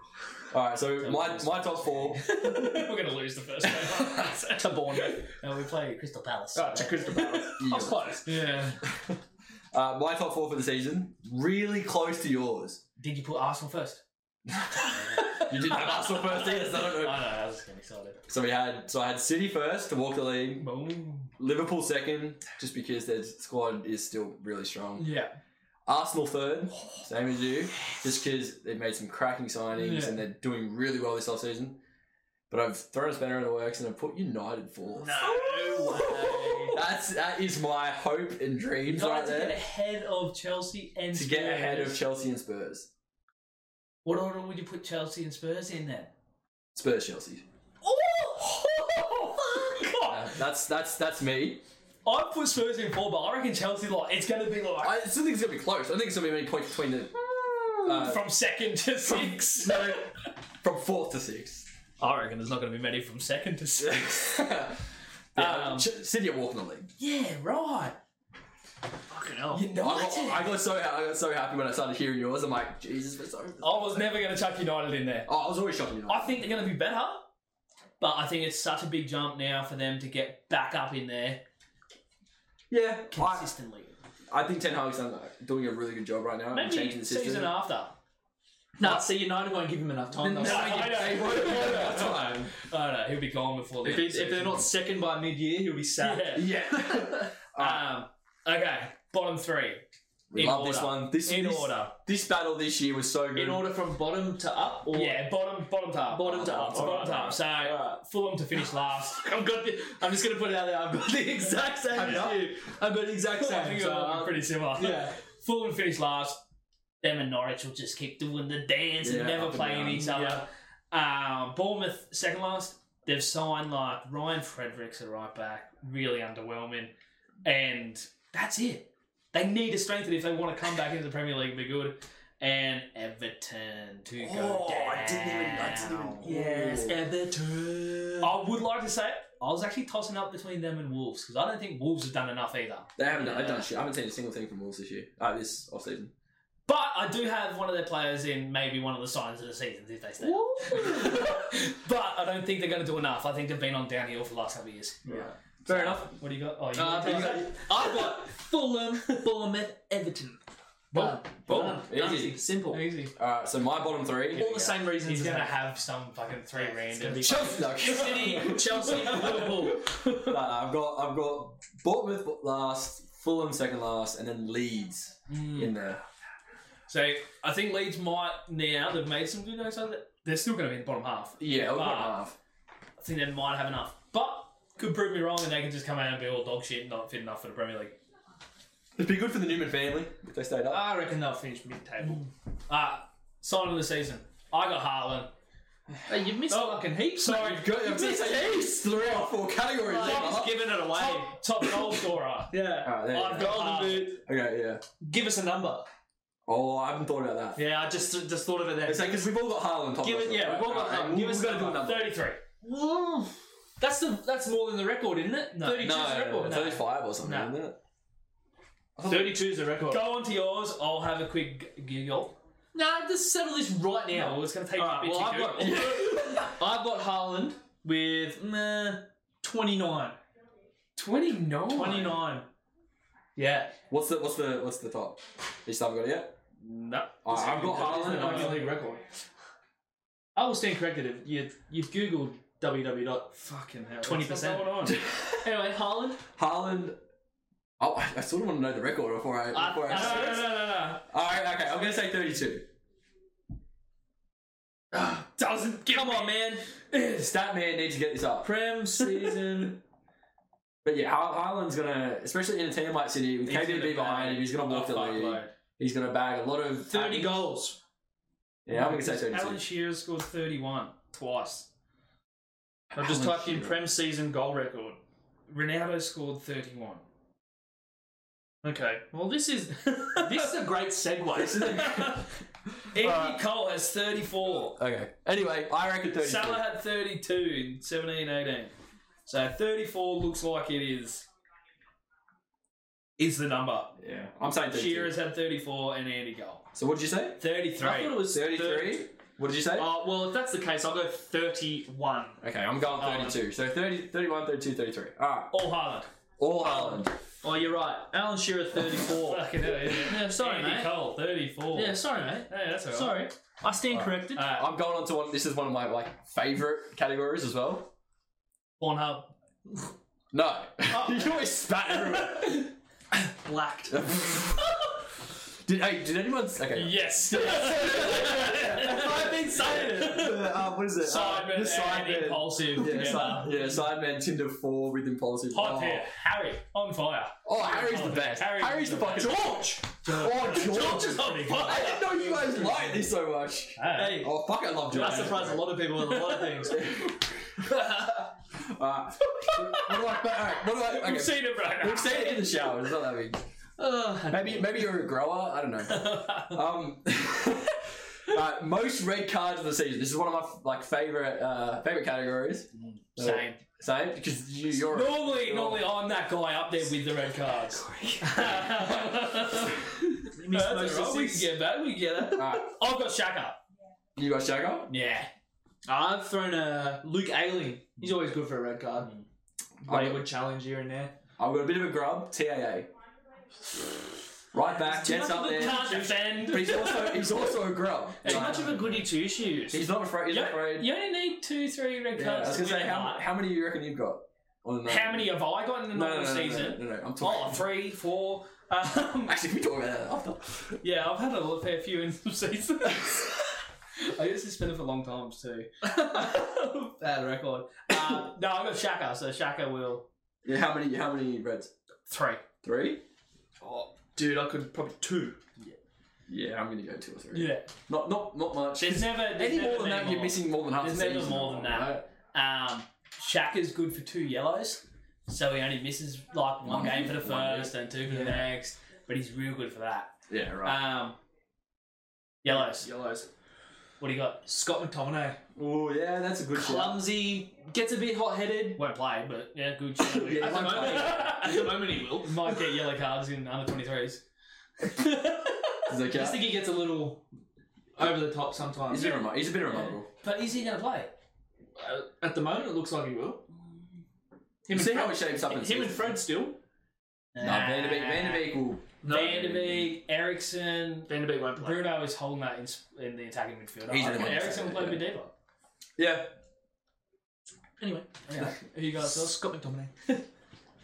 D: All right, so my, my
B: (laughs)
D: top four.
B: (laughs) We're going to lose the first (laughs) game.
C: to Bournemouth.
B: and we play Crystal Palace.
C: Oh, to Crystal Palace. I was close.
B: (laughs) yeah.
D: Uh, my top four for the season, really close to yours. (laughs)
B: Did you put Arsenal first?
D: You didn't have Arsenal first either, so I
B: I
D: don't
B: know,
D: know.
B: I was just getting excited.
D: So we had so I had City first to walk the league,
B: Boom.
D: Liverpool second, just because their squad is still really strong.
B: Yeah.
D: Arsenal third, same as you, just because they've made some cracking signings
B: Yeah.
D: and they're doing really well this offseason. But I've thrown a spanner in the works and I've put United fourth.
C: No way.
D: That's that is my hope and dreams
B: United
D: right
B: to get
D: there
B: ahead of Chelsea and
D: to get ahead of
B: Spurs.
D: Chelsea and Spurs.
B: What order would you put Chelsea and Spurs in then?
D: Spurs Chelsea.
B: Oh, God.
D: Uh, that's that's that's me.
B: I put Spurs in four, but I reckon Chelsea like it's going to be like
D: I still think it's gonna be close. I think it's gonna be many points between the
B: (laughs)
D: uh,
B: from second to
D: (laughs)
B: six.
D: no, from fourth to sixth.
B: I reckon there's not going to be many from second to six.
D: (laughs) yeah,
B: Um,
D: Ch- City are walking the league.
B: Yeah, right.
C: Fucking hell.
B: United.
D: I got, I got so I got so happy when I started hearing yours. I'm like, Jesus, we're so.
B: I was never going to chuck United in there.
D: Oh, I was always shocking.
B: Oh. I think they're going to be better, but I think it's such a big jump now for them to get back up in there
D: Yeah, I,
B: consistently.
D: I think Ten Hag's done, like, doing a really good job right now. and changing
B: Maybe
D: the
B: season
D: system. (laughs)
B: after.
C: Nah, see, United won't give him enough time.
D: No,
C: though.
B: No, I know.
D: they won't be on that
B: (laughs)
D: time.
B: Oh no, he'll be gone before the
C: If,
B: end
C: he's,
B: of
C: if they're not second by mid-year, he'll be
B: season.
C: sad.
B: Yeah. (laughs)
D: Yeah. Alright,
B: Um, okay, bottom three
D: we
B: in
D: love
B: order.
D: this one. This
B: in
D: this,
B: order.
D: This battle this year was so good.
C: In order from bottom to up, or
B: Yeah, bottom, bottom to up.
C: bottom to up.
B: So bottom
C: Alright,
B: to up. So
C: alright.
B: Fulham to finish last.
C: (laughs) I've got. The, I'm just gonna put it out there. I've got the exact same
D: Have you not?
C: as you. I've got the exact
B: I
C: same.
B: think
C: So,
B: it'll be
C: uh,
B: pretty similar.
C: yeah.
B: Fulham finish last. Them and Norwich will just keep doing the dance
D: Yeah,
B: and never
D: up and
B: playing
D: down.
B: each other. Um, Bournemouth second last. They've signed like Ryan Fredericks at right back, really underwhelming, and that's it. They need to strengthen if they want to come back into the Premier League and be good. And Everton to go
D: Oh,
B: down.
D: I didn't even- I didn't even-
B: I would like to say I was actually tossing up between them and Wolves because I don't think Wolves have done enough either.
D: They haven't done, they've
B: Yeah.
D: done shit. I haven't seen a single thing from Wolves this year. Uh, this off season.
B: But I do have one of their players in maybe one of the signs of the seasons if they stay. (laughs) but I don't think they're going to do enough. I think they've been on downhill for the last couple of years.
D: Yeah.
B: Fair enough. What do you got? Oh, you
C: Uh,
B: got
C: you got- I've got Fulham, Bournemouth, Everton. Done.
D: Boom.
C: Done.
D: uh, Easy.
C: Easy. Simple. All
B: easy.
D: Alright, so my bottom three.
C: the same reasons.
B: He's
C: as
B: going to
C: that.
B: have some fucking three
C: Yeah, it's gonna
B: random.
C: be-
D: Chelsea. No,
B: City, (laughs) Chelsea, Liverpool.
D: no, no, I've got I've got Bournemouth last, Fulham second last, and then Leeds
C: Hmm.
D: in there.
B: Mm. So I think Leeds might now they've made some good notes on it. They're still going to be in the bottom half.
D: Yeah, I've got
B: Ah.
D: half.
B: I think they might have enough, but could prove me wrong, and they can just come out and be all dog shit, and not fit enough for the Premier League.
D: It'd be good for the Newman family if they stayed up.
C: I reckon they'll finish mid-table.
B: Uh, sign of the season. I got Haaland.
C: Hey, you missed
B: Oh,
C: fucking heaps.
B: Sorry,
C: mate.
D: Good. I've
C: missed
D: just three or four categories.
B: Tom's giving it away.
C: Top-
B: Top goal scorer.
C: Yeah.
D: Alright, there you
B: I've
D: go.
B: got
C: Golden
B: Haaland.
C: boot.
D: Okay, yeah.
C: Give us a number.
D: Oh, I haven't thought about that.
C: Yeah, I just just thought of it then.
D: It's like because we've all got Haaland top.
C: Give it-
D: us,
C: yeah,
D: right?
C: we've all got
D: Alright,
C: Haaland.
D: we'll-
C: Give
D: we've
C: us
D: got to
C: the
D: do another.
B: Thirty-three.
C: That's the that's more than the record, isn't it?
B: No.
C: 32 is the
D: No,
C: record.
D: thirty-five or something,
C: No.
D: isn't it?
C: 32 is the record.
B: Go on to yours. I'll have a quick g- giggle.
C: No, just settle this right now.
B: No, it's going to take
C: Alright,
B: a bit
C: well,
B: to
C: I've
B: do.
D: (laughs)
C: I've got Haaland with meh, 29.
B: 29.
C: 29. Yeah.
D: What's the what's the what's the top? You still haven't got it yet.
B: No.
D: Alright, I've got
C: This is the
D: Haaland. I've
C: Premier
D: got-
C: League record. I will stand corrected if you, you've Googled www. dot-
B: Fucking hell.
C: 20%.
B: what's going on?
C: (laughs) Anyway, Haaland.
D: Haaland. Oh, I, I sort of want to know the record before I.
C: I-
D: Before I,
C: I
B: Uh, no,
C: don't-
B: no, no, no, no.
D: All right, okay, I'm gonna say 32.
B: Doesn't give
C: Come
B: me-
C: on, man.
D: Stat man needs to get this up.
C: Prem (laughs) season.
D: But yeah, Ha- Haaland's gonna, especially in a team like City with
B: He's
D: KDB
B: gonna
D: behind
B: bag
D: him, he's gonna walk
B: a
D: the league.
B: fuckload.
D: He's gonna bag a lot of
C: 30 goals.
D: Yeah, I'm gonna say
B: Alan
D: 32.
B: Shearer scored 31 twice.
C: I've just
D: Alan
C: typed in
D: Shearer.
C: Prem season goal record.
B: Ronaldo scored 31.
C: Okay. Well, this
B: (laughs)
C: is this is a great (laughs)
D: This is
C: segue.
D: a-
B: Andy Cole has 34.
D: okay. Anyway, I reckon 32.
B: Salah had 32 in 17 18. So 34 looks like it is. Is the number.
D: Yeah, I'm saying 32.
B: Shearer's had 34 and Andy Cole.
D: So what did you say?
B: 33.
C: I thought it was
D: 33. What did you
B: Oh.
D: say?
C: Uh, well, if that's the case, I'll go 31.
D: Okay, I'm going
C: Haaland.
B: Oh.
D: 32. So 30, 31, 32, 33. All right,
B: All Haaland.
D: all Haaland.
C: Oh, you're right. Alan Shearer, 34.
B: (laughs) Fucking hell, isn't it?
C: yeah, (laughs) sorry,
B: Andy
C: mate.
B: Cole, 34.
C: Yeah, sorry, mate.
B: Hey, that's all right.
C: Sorry. I stand
D: All right.
C: corrected.
B: Uh,
D: I'm going on to one. This is one of my like favorite categories as well.
B: Pornhub.
D: No, (laughs) you always spat (laughs) everywhere.
C: Blacked.
D: did hey, did anyone? Okay.
C: (laughs)
B: Yes.
C: I've been saying it.
D: Uh, what is it? Uh,
B: Sideman
D: the
B: and
D: Sidemen.
B: impulsive
D: Yeah,
B: together.
D: side, yeah, Sideman Tinder 4 with Impulsive.
B: Hot
D: oh.
B: pair. Harry on fire.
D: Oh, Harry's the
B: Hot
D: best.
B: pair. Harry
D: Harry's the
B: on
D: fucking. George! (laughs) Oh, George!
B: George is on
D: I
B: fire.
D: didn't know you guys liked this so much.
B: Hey.
C: Hey,
D: Oh, fuck, I love George.
C: I surprised a lot of people with a lot of (laughs) things.
D: Alright. Uh, what do I. Alright, what do I. Okay.
B: We've seen it, bro.
D: We've seen it in the shower, it's not that (laughs) big.
C: Ugh. (laughs)
B: (laughs)
D: Maybe, maybe you're a grower, I don't know. Um, (laughs) alright, most red cards of the season. This is one of my like favorite uh, favorite categories.
B: Same.
D: Same, because you, you're.
B: Normally, normally I'm that guy up there with the red cards. (laughs)
C: Missed
B: That's
C: most
B: all right, We can
C: assists.
B: get that. We can get that.
D: (laughs) Alright,
B: I've got Shaka.
D: you got Shaka?
B: Yeah.
C: I've thrown a Luke Ayling. He's always good for a red card. Wayward challenge here and there.
D: I've got a bit of a grub, TAA. Right back, gets up there.
B: Can't defend.
D: But he's
B: (laughs)
D: also he's also a grub.
C: Too
D: Like,
C: much of a goody two shoes.
D: he's not afraid. He's
B: You,
D: not afraid.
B: you only need two, three red
D: Yeah, I was
B: cards. to
D: gonna say
B: win,
D: how,
B: like.
D: how many do you reckon you've got? On the-
B: How many have I got in the
D: No, no,
B: normal
D: no, no, no,
B: season?
D: No, no, no, I'm talking.
B: Oh, three, four. (laughs) Um,
D: (laughs) Actually, we talk about that after.
B: yeah, I've had a little- fair few in some
D: (laughs)
B: seasons. I used to spin it for long times too. Bad record. Uh, no, I got Shaka, so Shaka will
D: Yeah, how many? How many reds?
B: three.
D: Three.
C: Oh, dude, I could probably two.
D: Yeah, I'm gonna go two or three.
B: Yeah,
D: Not not not much.
B: there's never there's
D: Any
B: never
D: more than
B: many
D: that, you're missing more than half.
B: There's
D: the
B: never
D: season,
B: more than that.
D: right?
B: Um, Shaka's good for two yellows, so he only misses like one
D: One
B: game for the
D: game, one
B: first and two for the
C: Yeah.
B: next. But he's real good for that.
D: Yeah, right.
B: Um, yellows.
C: Yellows.
B: What do you got?
C: Scott McTominay.
D: Oh yeah, that's a good shout.
C: Clumsy, gets a bit hot headed.
B: Won't play, but yeah, good. shout.
D: (laughs) Yeah,
B: At the
D: won't
B: moment-
C: At
D: (laughs)
C: the moment, he will.
B: might get yellow cards in under twenty threes.
D: He's, like,
C: I just
D: yeah.
C: think he gets a little (laughs) over the top sometimes.
D: he's a bit remi- he's a bit remarkable.
B: But is he going to play?
C: Uh, At the moment, it looks like he will. Him
D: You see
C: and
D: how
C: Fred-
D: he shapes up. in
C: him and
D: season.
C: Fred still.
D: No, Van de Beek. Van de Beek will.
B: Van de Beek, Ericsson,
C: Van de Beek won't play.
B: Bruno is holding that in, in the attacking midfield.
D: He's
B: I
D: in the
B: reckon
D: midfield,
B: Ericsson will play
D: yeah.
B: mid deeper.
D: Yeah,
B: Anyway, yeah. who you got? Sil?
C: Scott McTominay.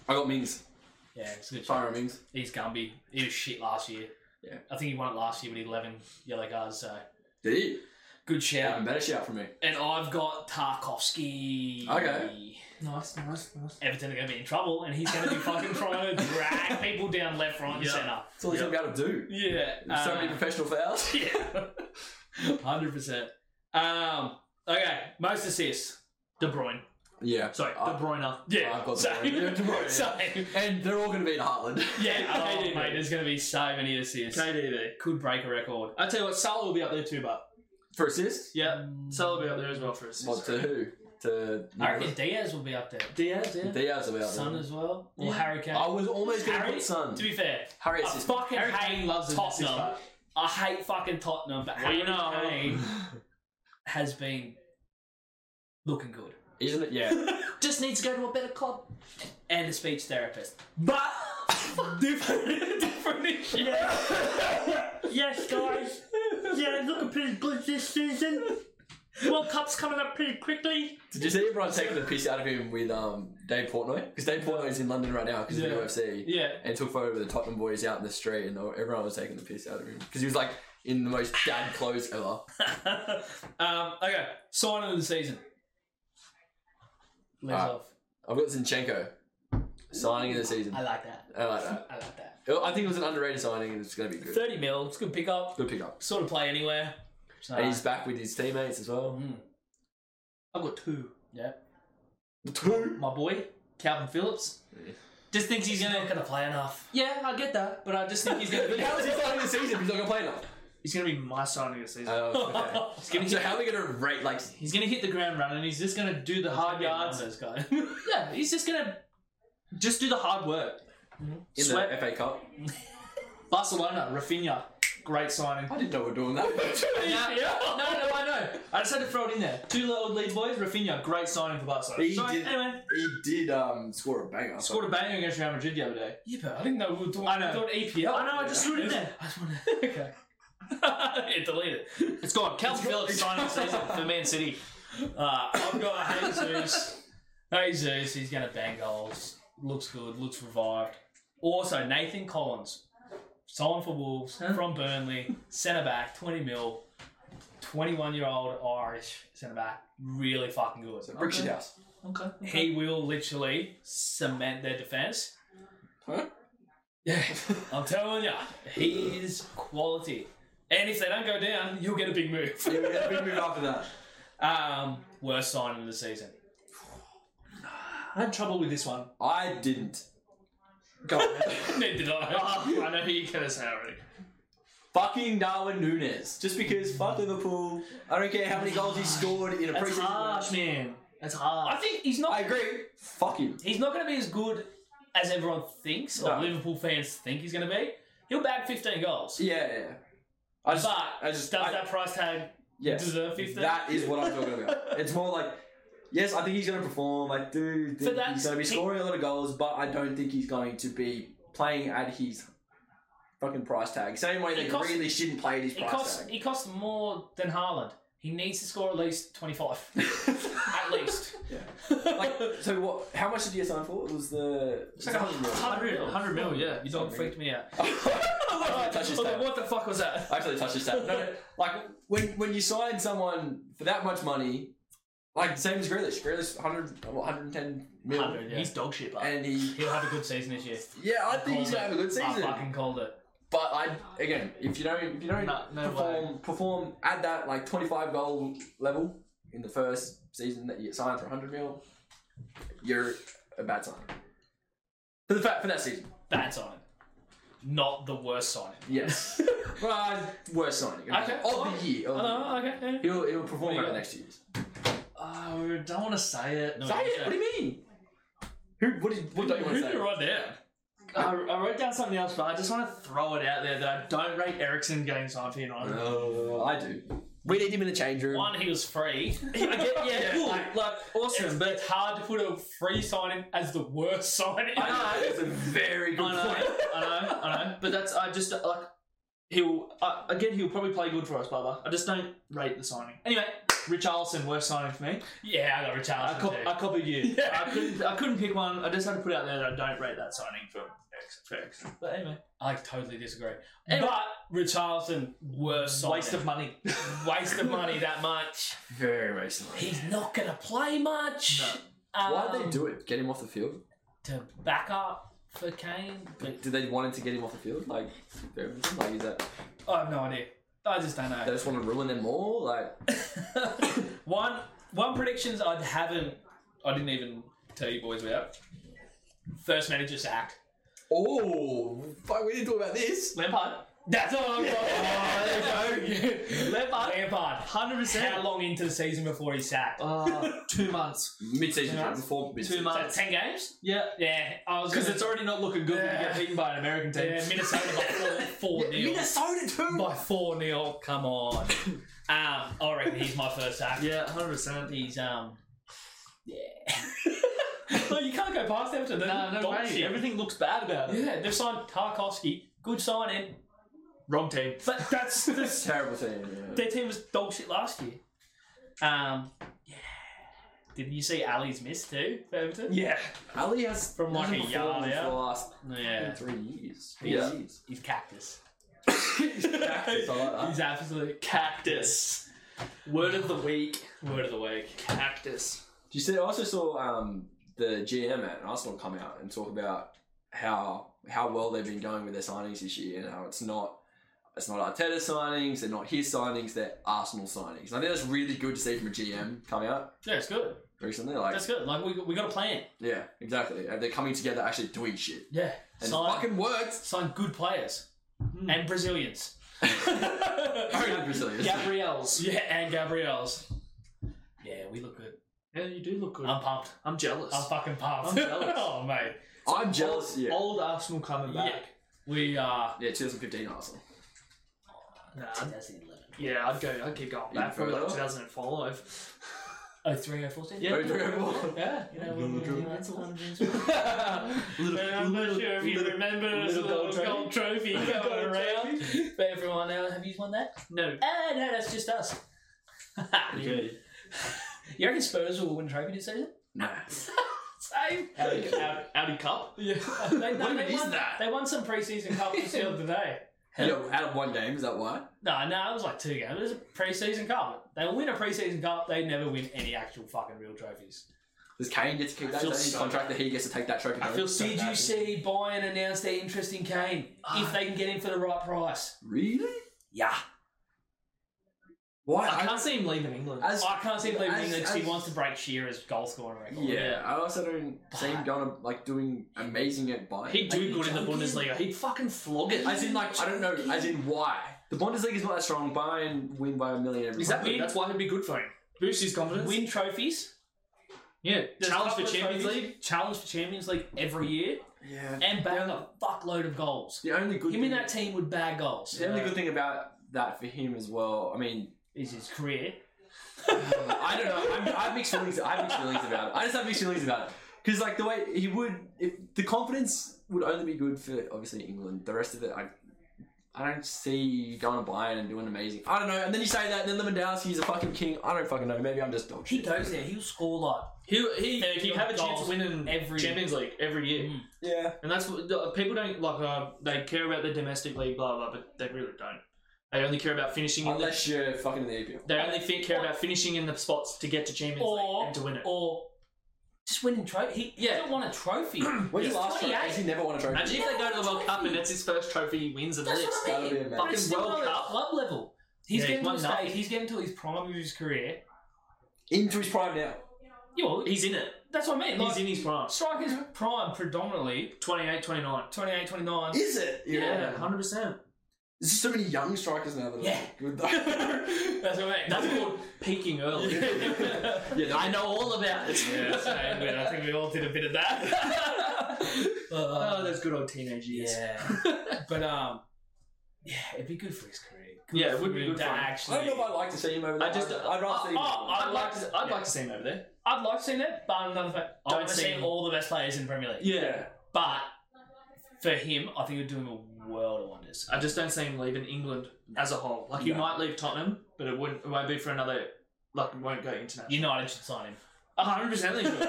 D: I got Mings.
B: Yeah, it's a good. shout.
D: Tyron Mings.
B: He's Gumby. He was shit last year.
D: Yeah.
B: I think he won it last year, but he had eleven yellow cards. So
D: Did he?
B: good
D: Even
B: shout.
D: better shout from me.
B: And I've got Tarkovsky.
D: Okay.
C: Nice, nice, nice.
B: Everton are going to be in trouble, and he's going to be fucking trying to drag people down left, right, and
C: Yeah.
B: centre.
D: That's all he's ever able to do.
B: Yeah.
D: so
B: uh,
D: many
C: (laughs)
B: (laughs)
D: professional fouls.
B: Yeah. Hundred percent. Um. Okay. Most assists. De Bruyne.
D: Yeah.
C: Sorry,
D: Uh,
C: De Bruyne.
B: Yeah.
D: I've got De
B: same.
D: Bruyne. Yeah, De
B: (laughs)
D: Bruyne,
B: Same.
D: And they're all going to be to Heartland. (laughs)
B: Yeah. Oh,
C: KDB.
B: mate, there's going to be so many assists.
C: KDB.
B: Could break a record.
C: I tell you what, Salah will be up there too, but
D: For assists?
C: yeah, Salah will be up there as well for assists.
D: What, to who? To
B: I reckon Diaz will be up there.
C: Diaz, yeah.
D: Diaz about
B: Son as well. Or
C: Yeah.
B: Harry Kane.
D: I was almost going to
B: Harry,
D: put Son.
B: to be fair,
D: Harry
B: I
D: assist.
B: fucking
C: Harry
B: hate
C: Kane loves an assist,
B: Tottenham.
C: but-
B: I hate fucking Tottenham, but
C: Well,
B: Harry
C: you know.
B: Kane has been looking good.
D: Isn't it? Yeah.
B: Just needs to go to a better club and a
E: (laughs)
B: speech therapist. But
C: (laughs)
B: different, different issue.
E: Yes, guys. Yeah, looking pretty good this season. World Cup's coming up pretty quickly.
D: Did you see everyone taking the piss out of him with um, Dave Portnoy? Because Dave Portnoy's in London right now because
B: Yeah.
D: of the UFC.
B: Yeah. (laughs)
D: And took photo of the Tottenham boys out in the street, and everyone was taking the piss out of him because he was like in the most dad clothes ever.
B: um, okay, sign of the season. Lives
D: Ah.
B: off.
D: I've got Zinchenko signing in the season.
B: I like that.
D: I like that.
B: I like that.
D: I think it was an underrated signing, and it's going to be good.
B: 30 mil, it's a good pickup.
D: Good pickup.
B: Sort of play anywhere. So,
D: And he's back with his teammates as well.
B: Mm.
C: I've got two.
B: yeah.
D: Two.
C: My boy, Calvin Phillips. Just thinks he's
B: He's
C: gonna.
B: not going to play enough.
C: Yeah, I get that, but I just think he's gonna
B: (laughs)
D: But
C: be.
D: how is he signing the season? if He's not going to play enough.
C: he's gonna be my signing of the season. (laughs)
D: Oh,
C: he's gonna
D: okay.
C: hit.
D: so how are we going to rate like?
C: He's gonna hit the ground running. He's just gonna do the hard yards.
B: Numbers, (laughs) guy.
C: Yeah, he's just
B: (laughs)
C: gonna just do the hard work.
D: In
C: Sweat.
D: the FA Cup.
C: Barcelona, Rafinha, great signing.
D: I didn't know we were doing that.
C: (laughs) No, no, no, I know. I just had to throw it in there. Two little lead boys, Rafinha, great signing for Barcelona.
D: He
C: So,
D: did-
C: Anyway,
D: he did um, score a banger.
C: scored a banger against Real Madrid the other day.
B: yeah, but I didn't know we were doing, E
C: I know.
B: doing EPL.
C: I know, I just threw it in there.
B: I just want to. Okay. (laughs) it deleted.
C: It's gone. Calvin Phillips signing season for Man City.
B: Uh, I've got Jesus. Jesus, he's going to bang goals. Looks good, looks revived. Also, Nathan Collins, signed for Wolves from Burnley, centre back, 20 mil, 21 year old Irish centre back. Really fucking good.
D: Brick shit house.
C: Okay.
B: He will literally cement their defence.
D: Huh?
B: Yeah, I'm telling you, he is quality. And if they don't go down, you'll get a big
D: Yeah, we
B: move.
D: got a big move after that.
B: (laughs) um, worst signing of the season.
C: (laughs)
B: (laughs)
C: I had trouble with this one.
D: I didn't.
C: Go on. man.
B: (laughs) Neither did
D: (laughs)
B: I.
C: I know who you're going to say already.
D: Fucking Darwin Nunes. Just because fuck Liverpool. I don't care how many goals he scored in a
C: That's
D: preseason.
C: harsh, man. That's
B: I
C: harsh.
B: think he's not.
D: I agree. Fuck him.
B: He's not going to be as good as everyone thinks, or
D: No.
B: Liverpool fans think he's going to be. He'll bag 15 goals,
D: Yeah, yeah. I just,
B: but
D: I just,
B: does
D: I-
B: that price tag
D: yes.
B: deserve 15?
D: That is what I'm talking
B: (laughs)
D: about. It's more like, yes, I think he's going to perform. I do think
B: that's-
D: he's going to be
B: he-
D: scoring a lot of goals, but I don't think he's going to be playing at his fucking price tag. Same way
B: He
D: they
B: costs-
D: really shouldn't play at his
B: He
D: price
B: costs.
D: tag.
B: He costs more than Haaland. He needs to score at least 25, at least.
D: Like, so what? How much did you sign for? It was the it's
B: like a hundred,
C: 100 mil, yeah.
B: You don't freaked me out.
D: (laughs) I
B: I
D: touched his
B: was like,
D: tab.
B: what the fuck was that?
D: I actually touched his tab. No, no, like when when you sign someone for that much money, like same as Grealish. Grealish 100, what, 110 mil,
B: 100, yeah.
C: He's dog shit, but
D: and he
B: He'll have a good season this year.
D: yeah, I think (laughs) he's gonna have a good
B: I
D: season.
B: fucking called it.
D: But I again, if you don't if you don't
C: No- no
D: perform perform at that like 25 goal level in the first season that you sign for 100 mil, you're a bad sign. For the fact for that season,
B: Bad sign. not the worst signing.
D: Yes. (laughs) well, worst signing of
B: Okay.
D: the year. Of the year.
B: Oh, okay. yeah.
D: He'll, he'll perform
B: you
D: over
B: got?
D: the next two years.
C: Oh, don't want to say it.
B: No,
D: Say
B: you
D: it. What do you mean? Who? What, is, what don't you want
B: Who
D: to
B: did
D: say?
B: you write down?
C: I, I wrote down something else, but I just want to throw it out there that I don't rate Ericsson getting signed for United.
D: Uh, I do. We need him in the change room.
B: One, he was free.
D: I get, (laughs)
B: (laughs)
D: yeah, cool. Like, awesome,
B: It's,
D: but
B: it's hard to put a free signing as the worst signing.
D: I know
B: (laughs)
D: it's a very good
C: (laughs) I know,
D: point.
C: I know, I know. But that's I just uh, like he'll uh, again he'll probably play good for us, blah blah. I just don't rate the signing. Anyway, Rich Allison, worst signing for me.
B: Yeah, I got
C: I,
B: Richarlison
C: cop-
B: too.
C: I copied (laughs) you.
B: Yeah.
C: I couldn't I couldn't pick one. I just had to put it out there that I don't rate that signing for Ericsson. For Ericsson. But anyway,
B: I totally disagree.
C: Anyway.
B: But Richarlison, worst signing.
C: waste of money.
B: waste of money that much.
D: Very racist.
B: He's not going to play much. Um,
D: Why did they do it? Get him off the field?
B: To back up for Kane. But
D: Did they want him to get him off the field? Like, they're- like is that
B: I have no idea. I just don't
C: (laughs)
D: they
B: know.
D: just want to ruin them more? Like,
B: one one predictions I haven't. I didn't even tell you boys about. First manager sack.
D: oh, fuck, we didn't talk
B: (laughs)
D: about
C: (laughs)
D: this.
C: Lampard,
B: That's all I'm
C: (laughs)
D: Oh,
B: going.
D: there
C: Lampard,
B: Lampard.
C: hundred
B: How
C: percent.
B: long into the season before he's sacked?
C: Oh, Two months.
D: Mid-season
C: Yeah.
D: transfer, before
C: Two
D: mid-season.
B: So
C: months.
B: ten games?
C: Yeah.
B: Yeah, I was
C: Because
B: gonna-
C: it's already not looking good when you
B: Yeah.
C: get beaten by an American team.
B: yeah, Minnesota
C: (laughs)
B: by four, four nil.
D: Minnesota too.
B: by four nil.
C: (laughs)
B: Come on. um, I reckon he's my first sack.
C: Yeah, hundred percent.
B: He's um. Yeah. (laughs) no, you can't go past Everton. They're
C: No, no
B: dog
C: way.
B: shit.
C: Everything looks bad about it.
B: Yeah, they've signed Tarkovsky. Good signing.
C: Wrong team.
B: But that's this,
D: Terrible team. Yeah.
B: their team was dog shit last year. Um, yeah. Did you see Ali's miss too for Everton?
C: Yeah.
D: Ali has
B: From like
D: hasn't
B: a yard
D: performed for
B: out.
D: the last
B: Yeah.
D: three years.
B: Yeah.
D: Years.
B: He's cactus.
D: Practice, I like that.
B: He's absolutely
C: Cactus. Word of the week.
B: word of the week.
C: Cactus.
D: Do you see? I also saw um, the GM at Arsenal come out and talk about how how well they've been going with their signings this year and how it's not it's not Arteta signings, they're not his signings, they're Arsenal signings. And I think that's really good to see from a GM come out
B: Yeah, it's good.
D: recently. Like,
B: That's good. Like we we got a plan.
D: yeah, exactly. And they're coming together, actually doing shit,
B: Yeah.
D: and
B: Sign,
D: it fucking (laughs) worked.
B: sign good players
C: Hmm.
B: and Brazilians.
D: Only the Brazilians.
C: Gabrielle's.
B: (laughs) Yeah, and Gabrielle's. Yeah, we look good.
C: Yeah, you do look good.
B: I'm pumped.
C: I'm jealous.
B: I'm fucking pumped.
C: I'm jealous.
B: (laughs) oh mate,
D: I'm jealous. Yeah,
C: Old Arsenal coming back.
B: we uh, are.
D: yeah. 2015 Arsenal.
C: Nah, I'd- yeah, I'd go. I'd keep going
D: Even
C: back from like
D: further?
C: 2005.
B: Oh, three, oh, four, six?
C: Yeah.
D: Very terrible.
C: (laughs)
B: Yeah, you know,
D: Little
B: we-
D: gold-
B: that's one (laughs) of these-
C: little,
B: And I'm not sure if you
C: little-
B: remember this
C: little
B: little
C: gold trophy.
B: gold trophy going
C: Gold
B: around. But everyone else, have you won that?
C: No.
B: Ah, no, that's just us. (laughs)
D: (laughs) Okay.
B: You reckon Spurs will win a trophy this season?
D: Nah.
B: Same.
C: Audi, Audi, Audi Cup. (laughs)
B: Yeah. they, no,
C: When
B: they
C: is
B: won,
C: that?
B: They won some preseason cup just the other day.
D: Out of- out of one game, is that why?
B: No, no, it was like two games. It was a preseason cup. They win a preseason cup. They never win any actual fucking real trophies.
D: Does Kane get to keep that? Is
C: feel
D: that his
C: so
D: contract that he gets to take that trophy?
C: I
D: home?
C: feel so
B: Did you
C: bad.
B: see Bayern announce their interest in Kane
C: Ah.
B: if they can get him for the right price?
D: Really?
B: Yeah.
D: Why?
C: I
D: I,
C: can't see him leaving England.
D: as,
B: I can't see him leaving
D: As-
B: England because he
D: as-
B: wants to break Shearer's goal scoring record.
D: yeah, I also don't see him going to, like doing amazing at Bayern.
C: He'd do
D: Like,
C: good in the
D: joking?
C: Bundesliga. He'd fucking flog it.
D: As in, like I don't know. As in, why the Bundesliga is not that strong? Bayern win by a million every
C: Exactly.
B: Win-
C: That's why it'd be good for him. Boost his confidence.
B: Win trophies.
C: Yeah.
B: There's a
C: Challenge for
B: couple of
C: Champions
B: trophies.
C: League.
B: Challenge for Champions League every year
D: time. Yeah.
B: and bag a fuckload of goals.
D: The only good
B: Him in
D: thing,
B: that team would bag goals.
D: the only good thing about that for him as well. I mean,
B: Is his career.
D: I don't know. I'm, I have mixed feelings. I have mixed feelings about it. I just have mixed feelings about it because like the way he would, if, the confidence would only be good for obviously England. The rest of it, I, I don't see going to Bayern and doing amazing. I don't know. And then you say that, and then Lewandowski's a fucking king. I don't fucking know. Maybe I'm just dog
B: He
D: shit.
B: goes there. He'll score like
C: He he
B: Thirty
C: he'd have a chance
B: goals
C: of winning
B: every-
C: every Champions League every year,
B: Mm.
D: Yeah.
C: and that's what the- people don't like. Uh, they care about the domestic league, blah blah, but they really don't. They only care about finishing. In the,
D: Unless you're fucking in the E EPL.
C: they only think, care about finishing in the spots to get to Champions
B: Or-
C: League and to win it.
B: or just winning trophy. He
C: Yeah.
B: doesn't want a trophy.
D: When's
B: He's
D: the last trophy?
B: 28.
D: Has he never won a trophy?
C: Imagine if they go to the World Cup and that's his first trophy he wins and
B: That's
C: lives.
B: what I
D: That'll be
B: mean.
D: amazing.
B: But it's
C: Fucking
B: still
C: World
B: not at
C: Cup.
B: club level. He's
C: Yeah,
B: getting
C: he's
B: to a
C: won
B: stage. He's getting to his prime of his career.
D: Into his prime now.
B: Yeah, well,
C: He's in it.
B: that's what I mean.
C: He's
B: Like,
C: in his prime.
B: strikers prime predominantly
C: 28, 29.
B: 28, 29.
D: Is it?
B: Yeah.
C: Hundred percent.
D: There's so many young strikers now that
B: Yeah.
D: are good. yeah,
B: That's what I mean.
C: That's called peaking
B: (laughs)
C: early. I know all about it.
B: yeah, same, but I think we all did a bit of (laughs) that.
C: Oh, those good old teenage years.
B: Uh, yeah.
C: (laughs)
B: But um, yeah, it'd be good for his career.
C: Yeah, it
B: for
C: would be
B: him
C: good
B: to
C: for him.
B: actually.
D: I don't know if I like to see him over there.
C: I just- uh,
D: I'd, I'd rather see him.
B: oh,
C: I'd,
B: I'd
C: like
B: like
C: to.
B: to-
C: I'd
B: yeah.
C: like to see him over there.
B: I'd like to see that, but another thing, I
C: Don't
B: want to see
C: see-
B: all the best players in Premier League.
C: Yeah,
B: But for him, I think it would do him a world of wonders.
C: I just don't see him leaving England as a whole. Like he
D: No.
C: might leave Tottenham, but it wouldn't. It won't be for another. Like it won't go international.
B: United should sign him.
C: hundred percent.
B: (laughs)
C: they should.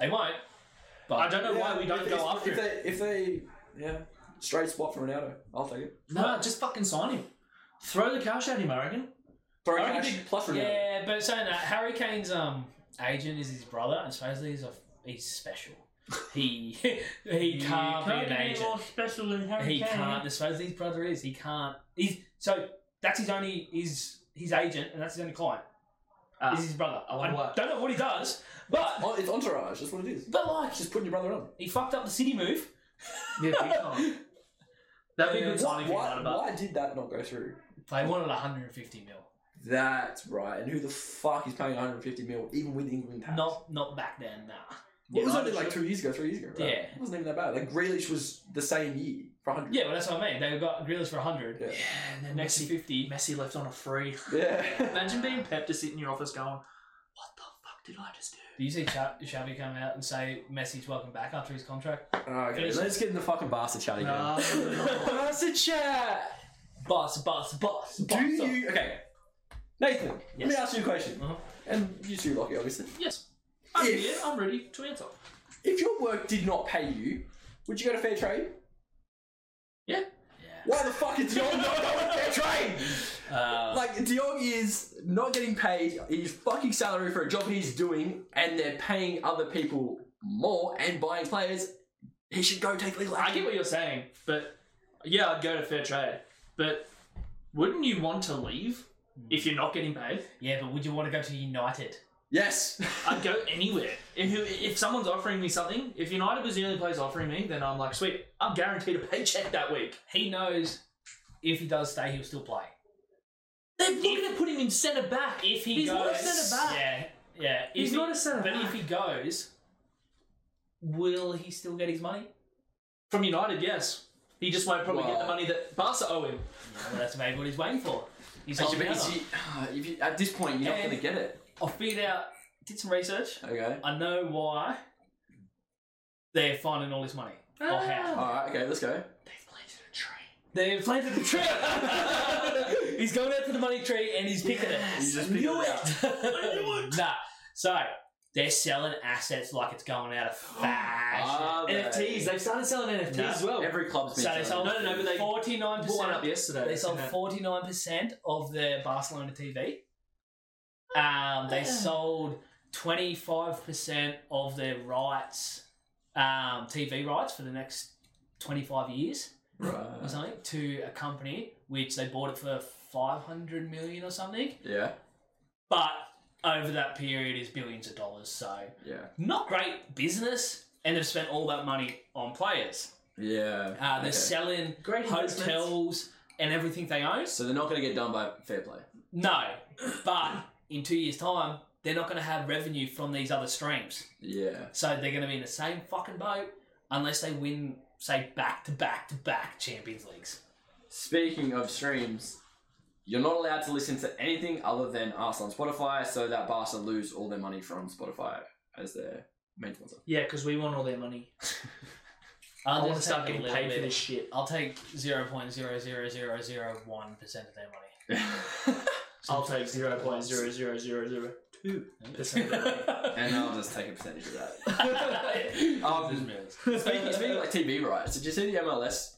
B: They won't.
C: (laughs)
B: But
C: I don't know why we
D: if,
C: don't go
D: if-
C: after
D: if
C: him.
D: they, if they, yeah, straight spot for Ronaldo. I'll take it.
C: No, just fucking sign him. Throw the cash at him. I reckon.
D: Bro,
C: I reckon
D: Cash
C: they-
D: plus Ronaldo.
B: Yeah, but saying that, Harry Kane's um agent is his brother, and supposedly he's a he's special. (laughs) He he can't
E: Can't
B: be an
E: be any
B: agent.
E: more special than Harry
B: He
E: Kane.
B: can't. Supposedly his brother is. He can't. He's so that's his only his his agent, and that's his only client.
C: Ah.
B: is his brother.
C: I
B: I,
C: wonder why.
B: don't know what he does, but
D: Oh, it's entourage. That's what it is.
B: but like
D: It's just putting your brother on.
B: he fucked up the city move.
C: Yeah, big time. That'd be a
B: Yeah.
C: good signing for
D: Why, why,
C: United. but-
D: why did that not go through?
B: They wanted 150 mil.
D: That's right. And who the fuck is paying 150 mil even with England tax?
B: Not not back then. Nah.
D: Well, it was
C: Yeah,
D: only like
C: sure.
D: two years ago, three years ago. Right?
B: Yeah.
D: it wasn't even that bad. Like Grealish was the same year for 100.
B: Yeah, well that's what I mean. They got Grealish for 100.
D: Yeah.
C: And then
B: And next
C: next
B: to 50.
C: Messi left on a free.
D: Yeah. (laughs)
C: Imagine being Pep to sit in your office going, "What the fuck did I just do?"
B: Do you see Xavi Xavi come out and say Messi's welcome back after his contract? (laughs)
D: okay, let's get in the fucking bastard chat again. (laughs) bastard chat.
B: Boss, boss, boss.
D: Do you okay, Nathan? Let me
B: Yes.
D: ask you a question,
B: Uh-huh.
D: and you too, Lockie, obviously.
C: (laughs) yes, I'm
D: If-
C: here. I'm ready to answer.
D: If your work did not pay you, would you go to fair trade?
C: Yeah.
D: Why the fuck is Dion not going to fair trade?
B: Uh,
D: Like Dion is not getting paid his fucking salary for a job he's doing, and they're paying other people more and buying players. He should go take legal
C: I
D: action.
C: get what you're saying, but yeah, I'd go to fair trade. But wouldn't you want to leave if you're not getting paid?
B: yeah, but would you want to go to United? (laughs)
D: Yes. (laughs)
C: I'd go anywhere. If, if someone's offering me something, if United was the only place offering me, then I'm like, sweet, I'm guaranteed a paycheck that week.
B: He knows if he does stay, he'll still play.
C: They're looking at putting him centre back.
B: If he
C: He's
B: goes,
C: not a centre-back.
B: Yeah, yeah.
C: He's
B: If he-
C: not a centre
B: But
C: back.
B: if he goes, will he still get his money?
C: From United, yes. He just won't probably get the
D: Well-
C: money that Barca owe him.
B: Yeah, well, that's maybe what he's waiting for. He's
D: Actually,
B: holding
D: but is
B: out.
D: he, uh, (sighs) if you, at this point, you're not
B: And-
D: going to get it.
B: I figured out, did some research.
D: Okay.
B: I know why they're finding all this money. Or how.
D: All right. Okay. Let's go.
B: (laughs) They've planted the
D: (laughs)
B: tree. he's going out to the money tree and he's picking
D: You just
B: it.
D: pick it up.
B: it. (laughs) nah. So they're selling assets like it's going out of fashion.
D: Are they?
C: NFTs. They've started selling NFTs
B: No.
C: as well.
D: Every club's been
B: so they
D: selling.
B: sold
C: No, no, no, but they-
B: forty nine
C: I bought one up
B: percent.
C: yesterday.
B: They sold forty nine percent of their Barcelona TV. Um, they sold twenty five percent of their rights, um, TV rights for the next twenty five years. or
D: Right.
B: something to a company which they bought it for 500 million or something
D: Yeah.
B: but over that period is billions of dollars so
D: Yeah.
B: not great business and they've spent all that money on players
D: Yeah.
B: uh, they're
D: Okay.
B: selling
C: Great
B: hotels and everything they own
D: So they're not going to get done by fair play.
B: no but in two years time they're not going to have revenue from these other streams
D: Yeah.
B: so they're going to be in the same fucking boat unless they win say back to back to back champions leagues
D: Speaking of streams, you're not allowed to listen to anything other than us on Spotify, so that Barca lose all their money from Spotify as their main sponsor.
C: Yeah, because we want all their money. I
B: I'll
C: want to
B: just
C: start
B: take a
C: getting
B: little
C: paid for
B: bit.
C: this shit.
B: I'll take zero point zero zero zero zero one percent of their money.
C: I'll take zero point zero zero zero zero
B: (laughs)
C: two percent.
D: and I'll just take a percentage of
C: (laughs)
D: that.
B: (laughs) Um,
D: Speaking, speaking of like TV rights, did you see the MLS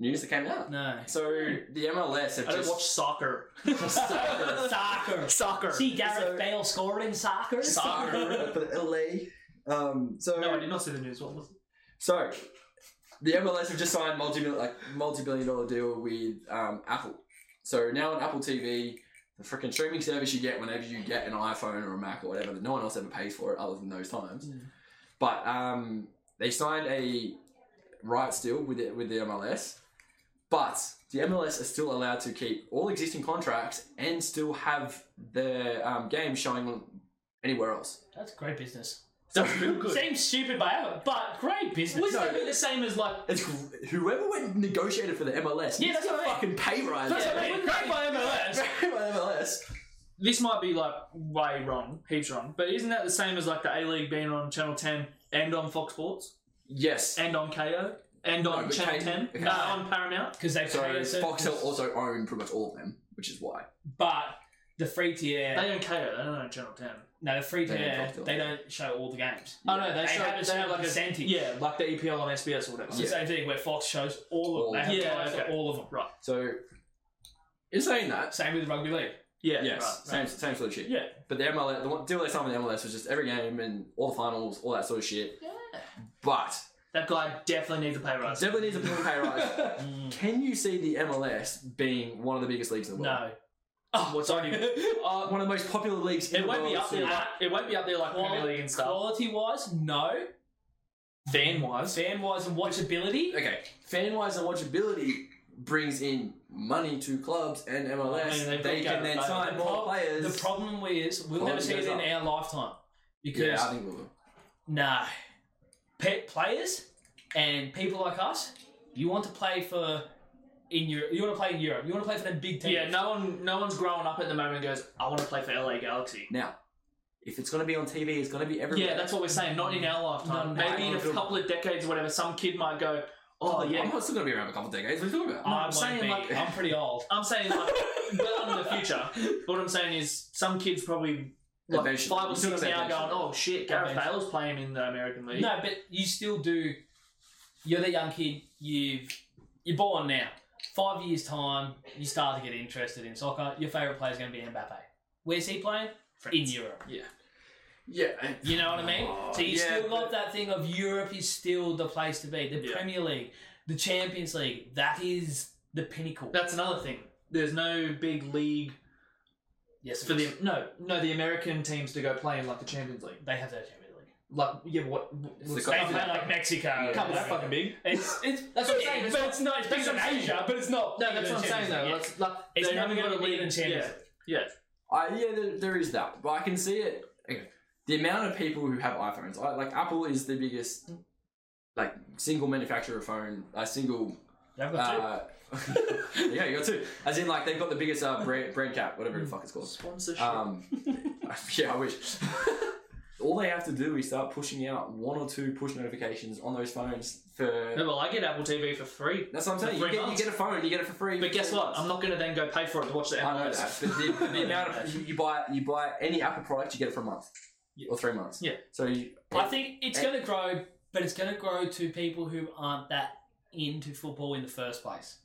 D: news that came out?
B: no.
D: So the MLS have
C: I don't
D: just
C: watch soccer.
B: (laughs)
D: Soccer.
B: Soccer.
C: Soccer.
B: See Gareth
D: So-
B: Bale scored in
D: (laughs)
B: soccer.
C: Soccer.
D: for LA. Um, so
C: No, I did not see the news. What was it?
D: so the MLS have just signed multi like multi billion dollar deal with um, Apple. So now on Apple TV, the freaking streaming service you get whenever you get an iPhone or a Mac or whatever that no one else ever pays for it other than those times. But um, they signed a rights deal with the, with the MLS, but the MLS are still allowed to keep all existing contracts and still have the um, game showing on anywhere else.
C: That's great business.
D: That's real good.
C: Seems stupid by hour, but great business.
D: Wouldn't
C: Wouldn't
D: it
C: it be the same as like?
D: It's whoever went negotiated for the MLS.
C: Yeah,
D: needs
C: that's
D: a
C: what I mean.
D: fucking pay rise.
C: I mean, great by MLS.
D: (laughs) MLS.
C: This might be like way wrong, heaps wrong. But isn't that the same as like the A League being on Channel Ten and on Fox Sports
D: Yes.
C: and on KO and on
D: No, but
C: Channel
D: Kane-
C: Ten
D: Kane-
C: uh, on Paramount? Because they
D: So
C: pay
D: Foxtel also own pretty much all of them, which is why.
B: But the free tier,
C: They own KO. They don't own Channel Ten.
B: no, the free
D: They don't
B: tier,
D: talk to
B: they
D: them.
B: don't show all the games.
C: Oh no, they,
B: They
C: show,
B: have a
C: they
B: certain
C: have like
B: percentage.
C: A, yeah, like the EPL on SBS or whatever.
B: It's the same thing where Fox shows all
D: All
B: of them. They have
C: Yeah,
B: rights to
C: okay.
B: all of them. Right.
D: So, in saying that,
B: Same with rugby league.
C: Yeah,
D: yes, same same sort of shit.
C: Yeah.
D: But the MLS, the one- deal they signed with the MLS was just every game and all the finals, all that sort of shit. Yeah. But
C: That guy definitely needs a pay rise.
D: definitely needs a bit of a pay
C: (laughs)
D: rise. (laughs) Can you see the MLS being one of the biggest leagues in the world?
C: No. Oh, what's on you?
B: (laughs)
D: No. One of the most popular leagues in
C: It
D: the
C: won't be
D: world
C: up there.
D: to-
C: Like, it won't be up there like Premier League and stuff.
B: Quality wise, no.
C: Fan wise,
B: Fan wise and watchability,
D: Okay, fan wise and watchability brings in money to clubs and MLS.
C: I mean, they've
D: they
C: got Gareth
D: can then
C: Bale.
D: sign
B: The
D: more
B: prob-
D: players.
B: the problem is we'll never
D: Quality
B: see it
D: goes
B: in
D: up.
B: our lifetime because
D: yeah, I think we will.
B: Nah. Pet players and people like us, you want to play for in Europe. You want to play in Europe. You want to play for them big teams.
C: yeah. No one, no one's growing up at the moment. and Goes, I want to play for LA Galaxy.
D: Now, if it's going to be on TV, it's going to be everywhere.
C: Yeah, that's what we're saying. Not in our lifetime.
B: No, no,
C: Maybe in a
D: no.
C: couple of decades or whatever, some kid might go, Oh
D: I'm
C: yeah.
D: not still going to be around a couple of decades. What are you talking about?
C: I'm
B: I'm
C: saying,
B: saying
C: like-
B: I'm pretty old.
C: I'm saying like
D: (laughs)
C: well in the future. But what I'm saying is some kids probably like
D: Eventually.
C: five or
D: Still
C: six now
D: eventually.
C: going, Oh shit, Gareth
B: Eventually.
C: Bale's playing in the American League.
B: No, but you still do. You're the young kid. You've you're born now. Five years time, you start to get interested in soccer. Your favorite player is going to be Mbappe. Where's he playing? In Europe.
D: Yeah.
B: You know what I mean? So you
D: Yeah,
B: still
D: but-
B: got that thing of Europe is still the place to be. The
C: Yeah.
B: Premier League, the Champions League, that is the pinnacle.
C: That's another thing. There's no big league
B: yes,
C: for
B: it
C: the
B: is.
C: no, no, the American teams to go play in like the Champions League.
B: they have their Champions League.
C: Like yeah, what?
D: the
C: what's
D: They
B: They
D: have
C: that?
B: play like Mexico.
D: Yeah.
C: Come on, that's fucking big.
B: It's, it's
C: That's what I'm saying.
B: but it's not. It's
C: that's
B: bigger
C: what
B: than
C: I'm saying.
B: Asia, but it's not.
C: No,
B: bigger
C: that's
B: than
C: what I'm saying
B: Champions
C: though.
B: League, yeah.
C: That's, like,
B: It's
C: they
B: never
C: haven't
B: going
C: got
B: to
C: a
B: be
C: league
B: in Champions
C: yeah.
B: League.
D: I, uh, yeah, there, there is that. But I can see it. Okay. The amount of people who have iPhones, I, like Apple is the biggest, like single manufacturer phone, a single.
B: They've got two.
D: Uh, (laughs) yeah, you got two. As in, like they've got the biggest uh, brand, brand cap, whatever the fuck it's called.
C: Sponsorship.
D: Um, (laughs) yeah, I wish. (laughs) All they have to do is start pushing out one or two push notifications on those phones
C: no,
D: for.
C: well, I get Apple TV for free.
D: That's what I'm
C: For
D: saying. You
C: three
D: get, you
C: months.
D: get a phone, you get it for free.
C: But guess what? I'm not going to then go pay for it to watch the MLS.
D: I know that. But the,
C: (laughs)
D: but the amount of you, you buy you buy any Apple product, you get it for a month or three months.
C: Yeah.
D: So you,
B: I think it's going to grow, but it's going to grow to people who aren't that into football in the first place.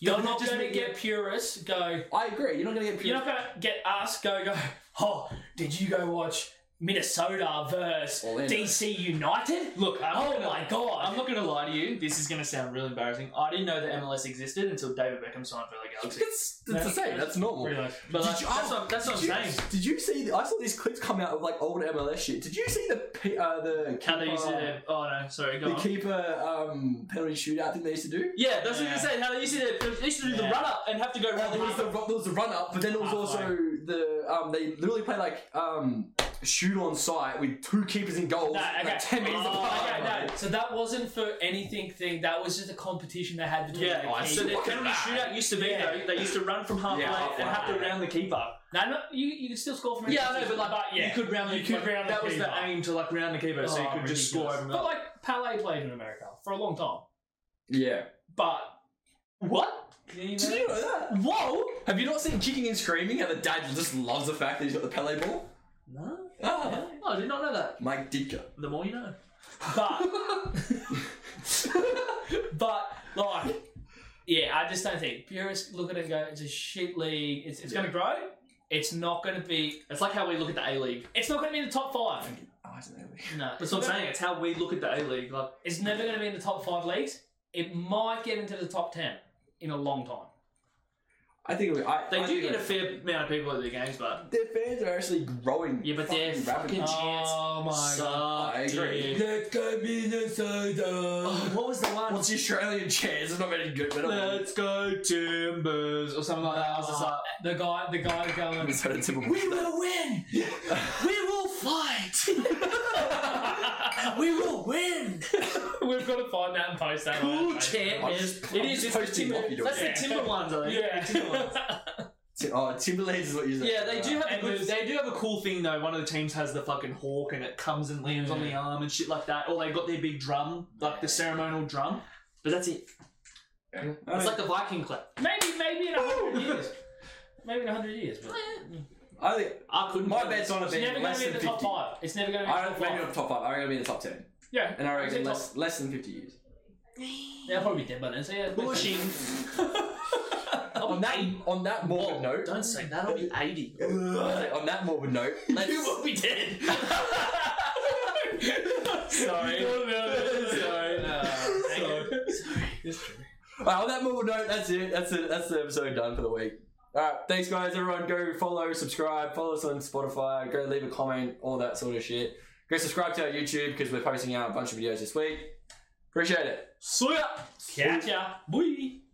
B: You're
D: Doesn't
B: not
D: that just
B: going to
D: make
B: get purists go.
D: I agree. You're not going to get.
B: You're not going to get us go go. Oh, did you go watch Minnesota versus
D: Orlando."
B: DC United?
C: Look, I'm
B: Oh
C: not gonna-
B: my God.
C: I'm not going to lie to you. This is going to sound real embarrassing. I didn't know that MLS existed until David Beckham signed for the Galaxy.
D: It's, it's the same. That's normal.
B: Pretty much.
C: But
D: Did
C: like,
D: you-
C: that's
D: oh,
C: what, that's what I'm
D: Did you-
C: saying.
D: Did you see? The, I saw these clips come out of like old MLS shit. Did you see the pe- uh, the
C: How they used to
D: keeper-
C: their, oh no, sorry, go
D: the
C: on.
D: keeper um, penalty shootout thing they used to do?
C: yeah, that's
B: Yeah.
C: what you're saying. How they used to, their, they used to do the
B: Yeah.
C: run up and have to go
D: Yeah, there was
C: run
D: the there was the run up, but then there was also the um they literally play like um shoot on site with two keepers in goals,
B: No, okay.
D: like ten minutes
B: Oh,
D: apart.
B: okay,
D: like-
B: no. So that wasn't for anything thing. That was just a competition they had between.
C: Yeah, Oh,
B: the
C: so
B: teams.
C: their penalty shootout used to be
B: Yeah.
C: though. They used to run from halfway
D: Yeah,
C: and
D: halfway.
C: have to round the keeper.
B: No, no, you you can still score from.
C: Yeah, I know, but like,
B: yeah.
C: you could round the
B: You could
C: like,
B: round the
C: That was
B: keeper.
C: the aim to like round the keeper, so you
B: Oh,
C: could just score
B: ridiculous.
C: over.
B: But
C: them.
B: like Pele played in America for a long time,
D: Yeah.
B: but
C: What?
B: (laughs) you
D: Did
B: know,
D: you know that?
C: Whoa!
D: Have you not seen Kicking and Screaming? How the dad just loves the fact that he's got the Pele ball.
C: No,
D: Ah,
C: Oh, I did not know that.
D: Mike Ditka. (laughs)
C: The more you know.
B: but but like. Yeah, I just don't think purists look at it and go, "It's a shit league. It's, it's going to grow. It's not going to be.
C: It's like how we look at the A League.
B: It's not going to be in the top five.
D: Oh, I don't know.
B: No,
C: That's what I'm
B: not-
C: saying. It's how we look at the A League. Like,
B: It's never going to be in the top five leagues. It might get into the top ten in a long time.
D: I think we, I,
C: They
D: I
C: do
D: think
C: get a
D: we-
C: fair amount of people at their games, but
D: Their fans are actually growing.
C: yeah, but their fucking
D: rapidly.
C: chance.
A: Oh my god.
D: I agree.
C: (laughs)
D: Let go Minnesota.
C: Oh, What was the one?
D: What's the Australian chance? It's not very good, but I'm
C: Let's go Timbers or something like that. I was just like,
A: The guy, the guy going.
D: Minnesota Timberwolves.
C: we will win. we will (laughs) fight. we will (laughs) win.
A: We've got to find that and post that. on our
C: Cool
A: page.
C: champions. It is
D: just
C: it's the
D: posting
C: Timber.
D: what you do.
C: That's
A: Yeah.
C: the Timber ones, I think.
A: Yeah.
C: The Timber ones.
D: Ti- Oh, Timberlands is what you said.
C: Yeah, they do have a
A: And
C: good,
A: there's-
C: they do have a cool thing though. One of the teams has the fucking hawk and it comes and lands on the arm and shit like that. Or they got their big drum, like the ceremonial drum. But that's it.
D: I,
C: It's
D: mean,
C: like the Viking clap.
A: Maybe, maybe in a hundred years. Maybe in a hundred years. But
D: I think
C: I couldn't.
D: my
C: tell you.
D: bet's on it
A: it's
D: being
A: never going
D: less
A: to be in
D: than
A: the
D: 50.
A: top five. It's never going to be
D: I
A: in the
D: don't,
A: top
D: maybe
A: five.
D: not top five. I reckon it'll be in the top ten,
A: Yeah.
D: and I
A: I'd say
D: reckon
A: top-
D: less less than fifty years.
A: They'll probably be dead by then. So yeah.
C: (laughs) Bushing.
D: On that on that morbid note,
C: Don't say that. I'll be (laughs) eighty.
D: (laughs) on that morbid note,
C: You will (laughs) be dead. (laughs) Sorry. Sorry. (laughs) Sorry.
D: Alright, on that morbid note, that's it. That's it. That's the episode done for the week. All right, thanks guys. Everyone, go follow, subscribe, follow us on Spotify. Go leave a comment, all that sort of shit. Go subscribe to our YouTube because we're posting out a bunch of videos this week. Appreciate it.
C: See ya.
A: Catch ya. Bye.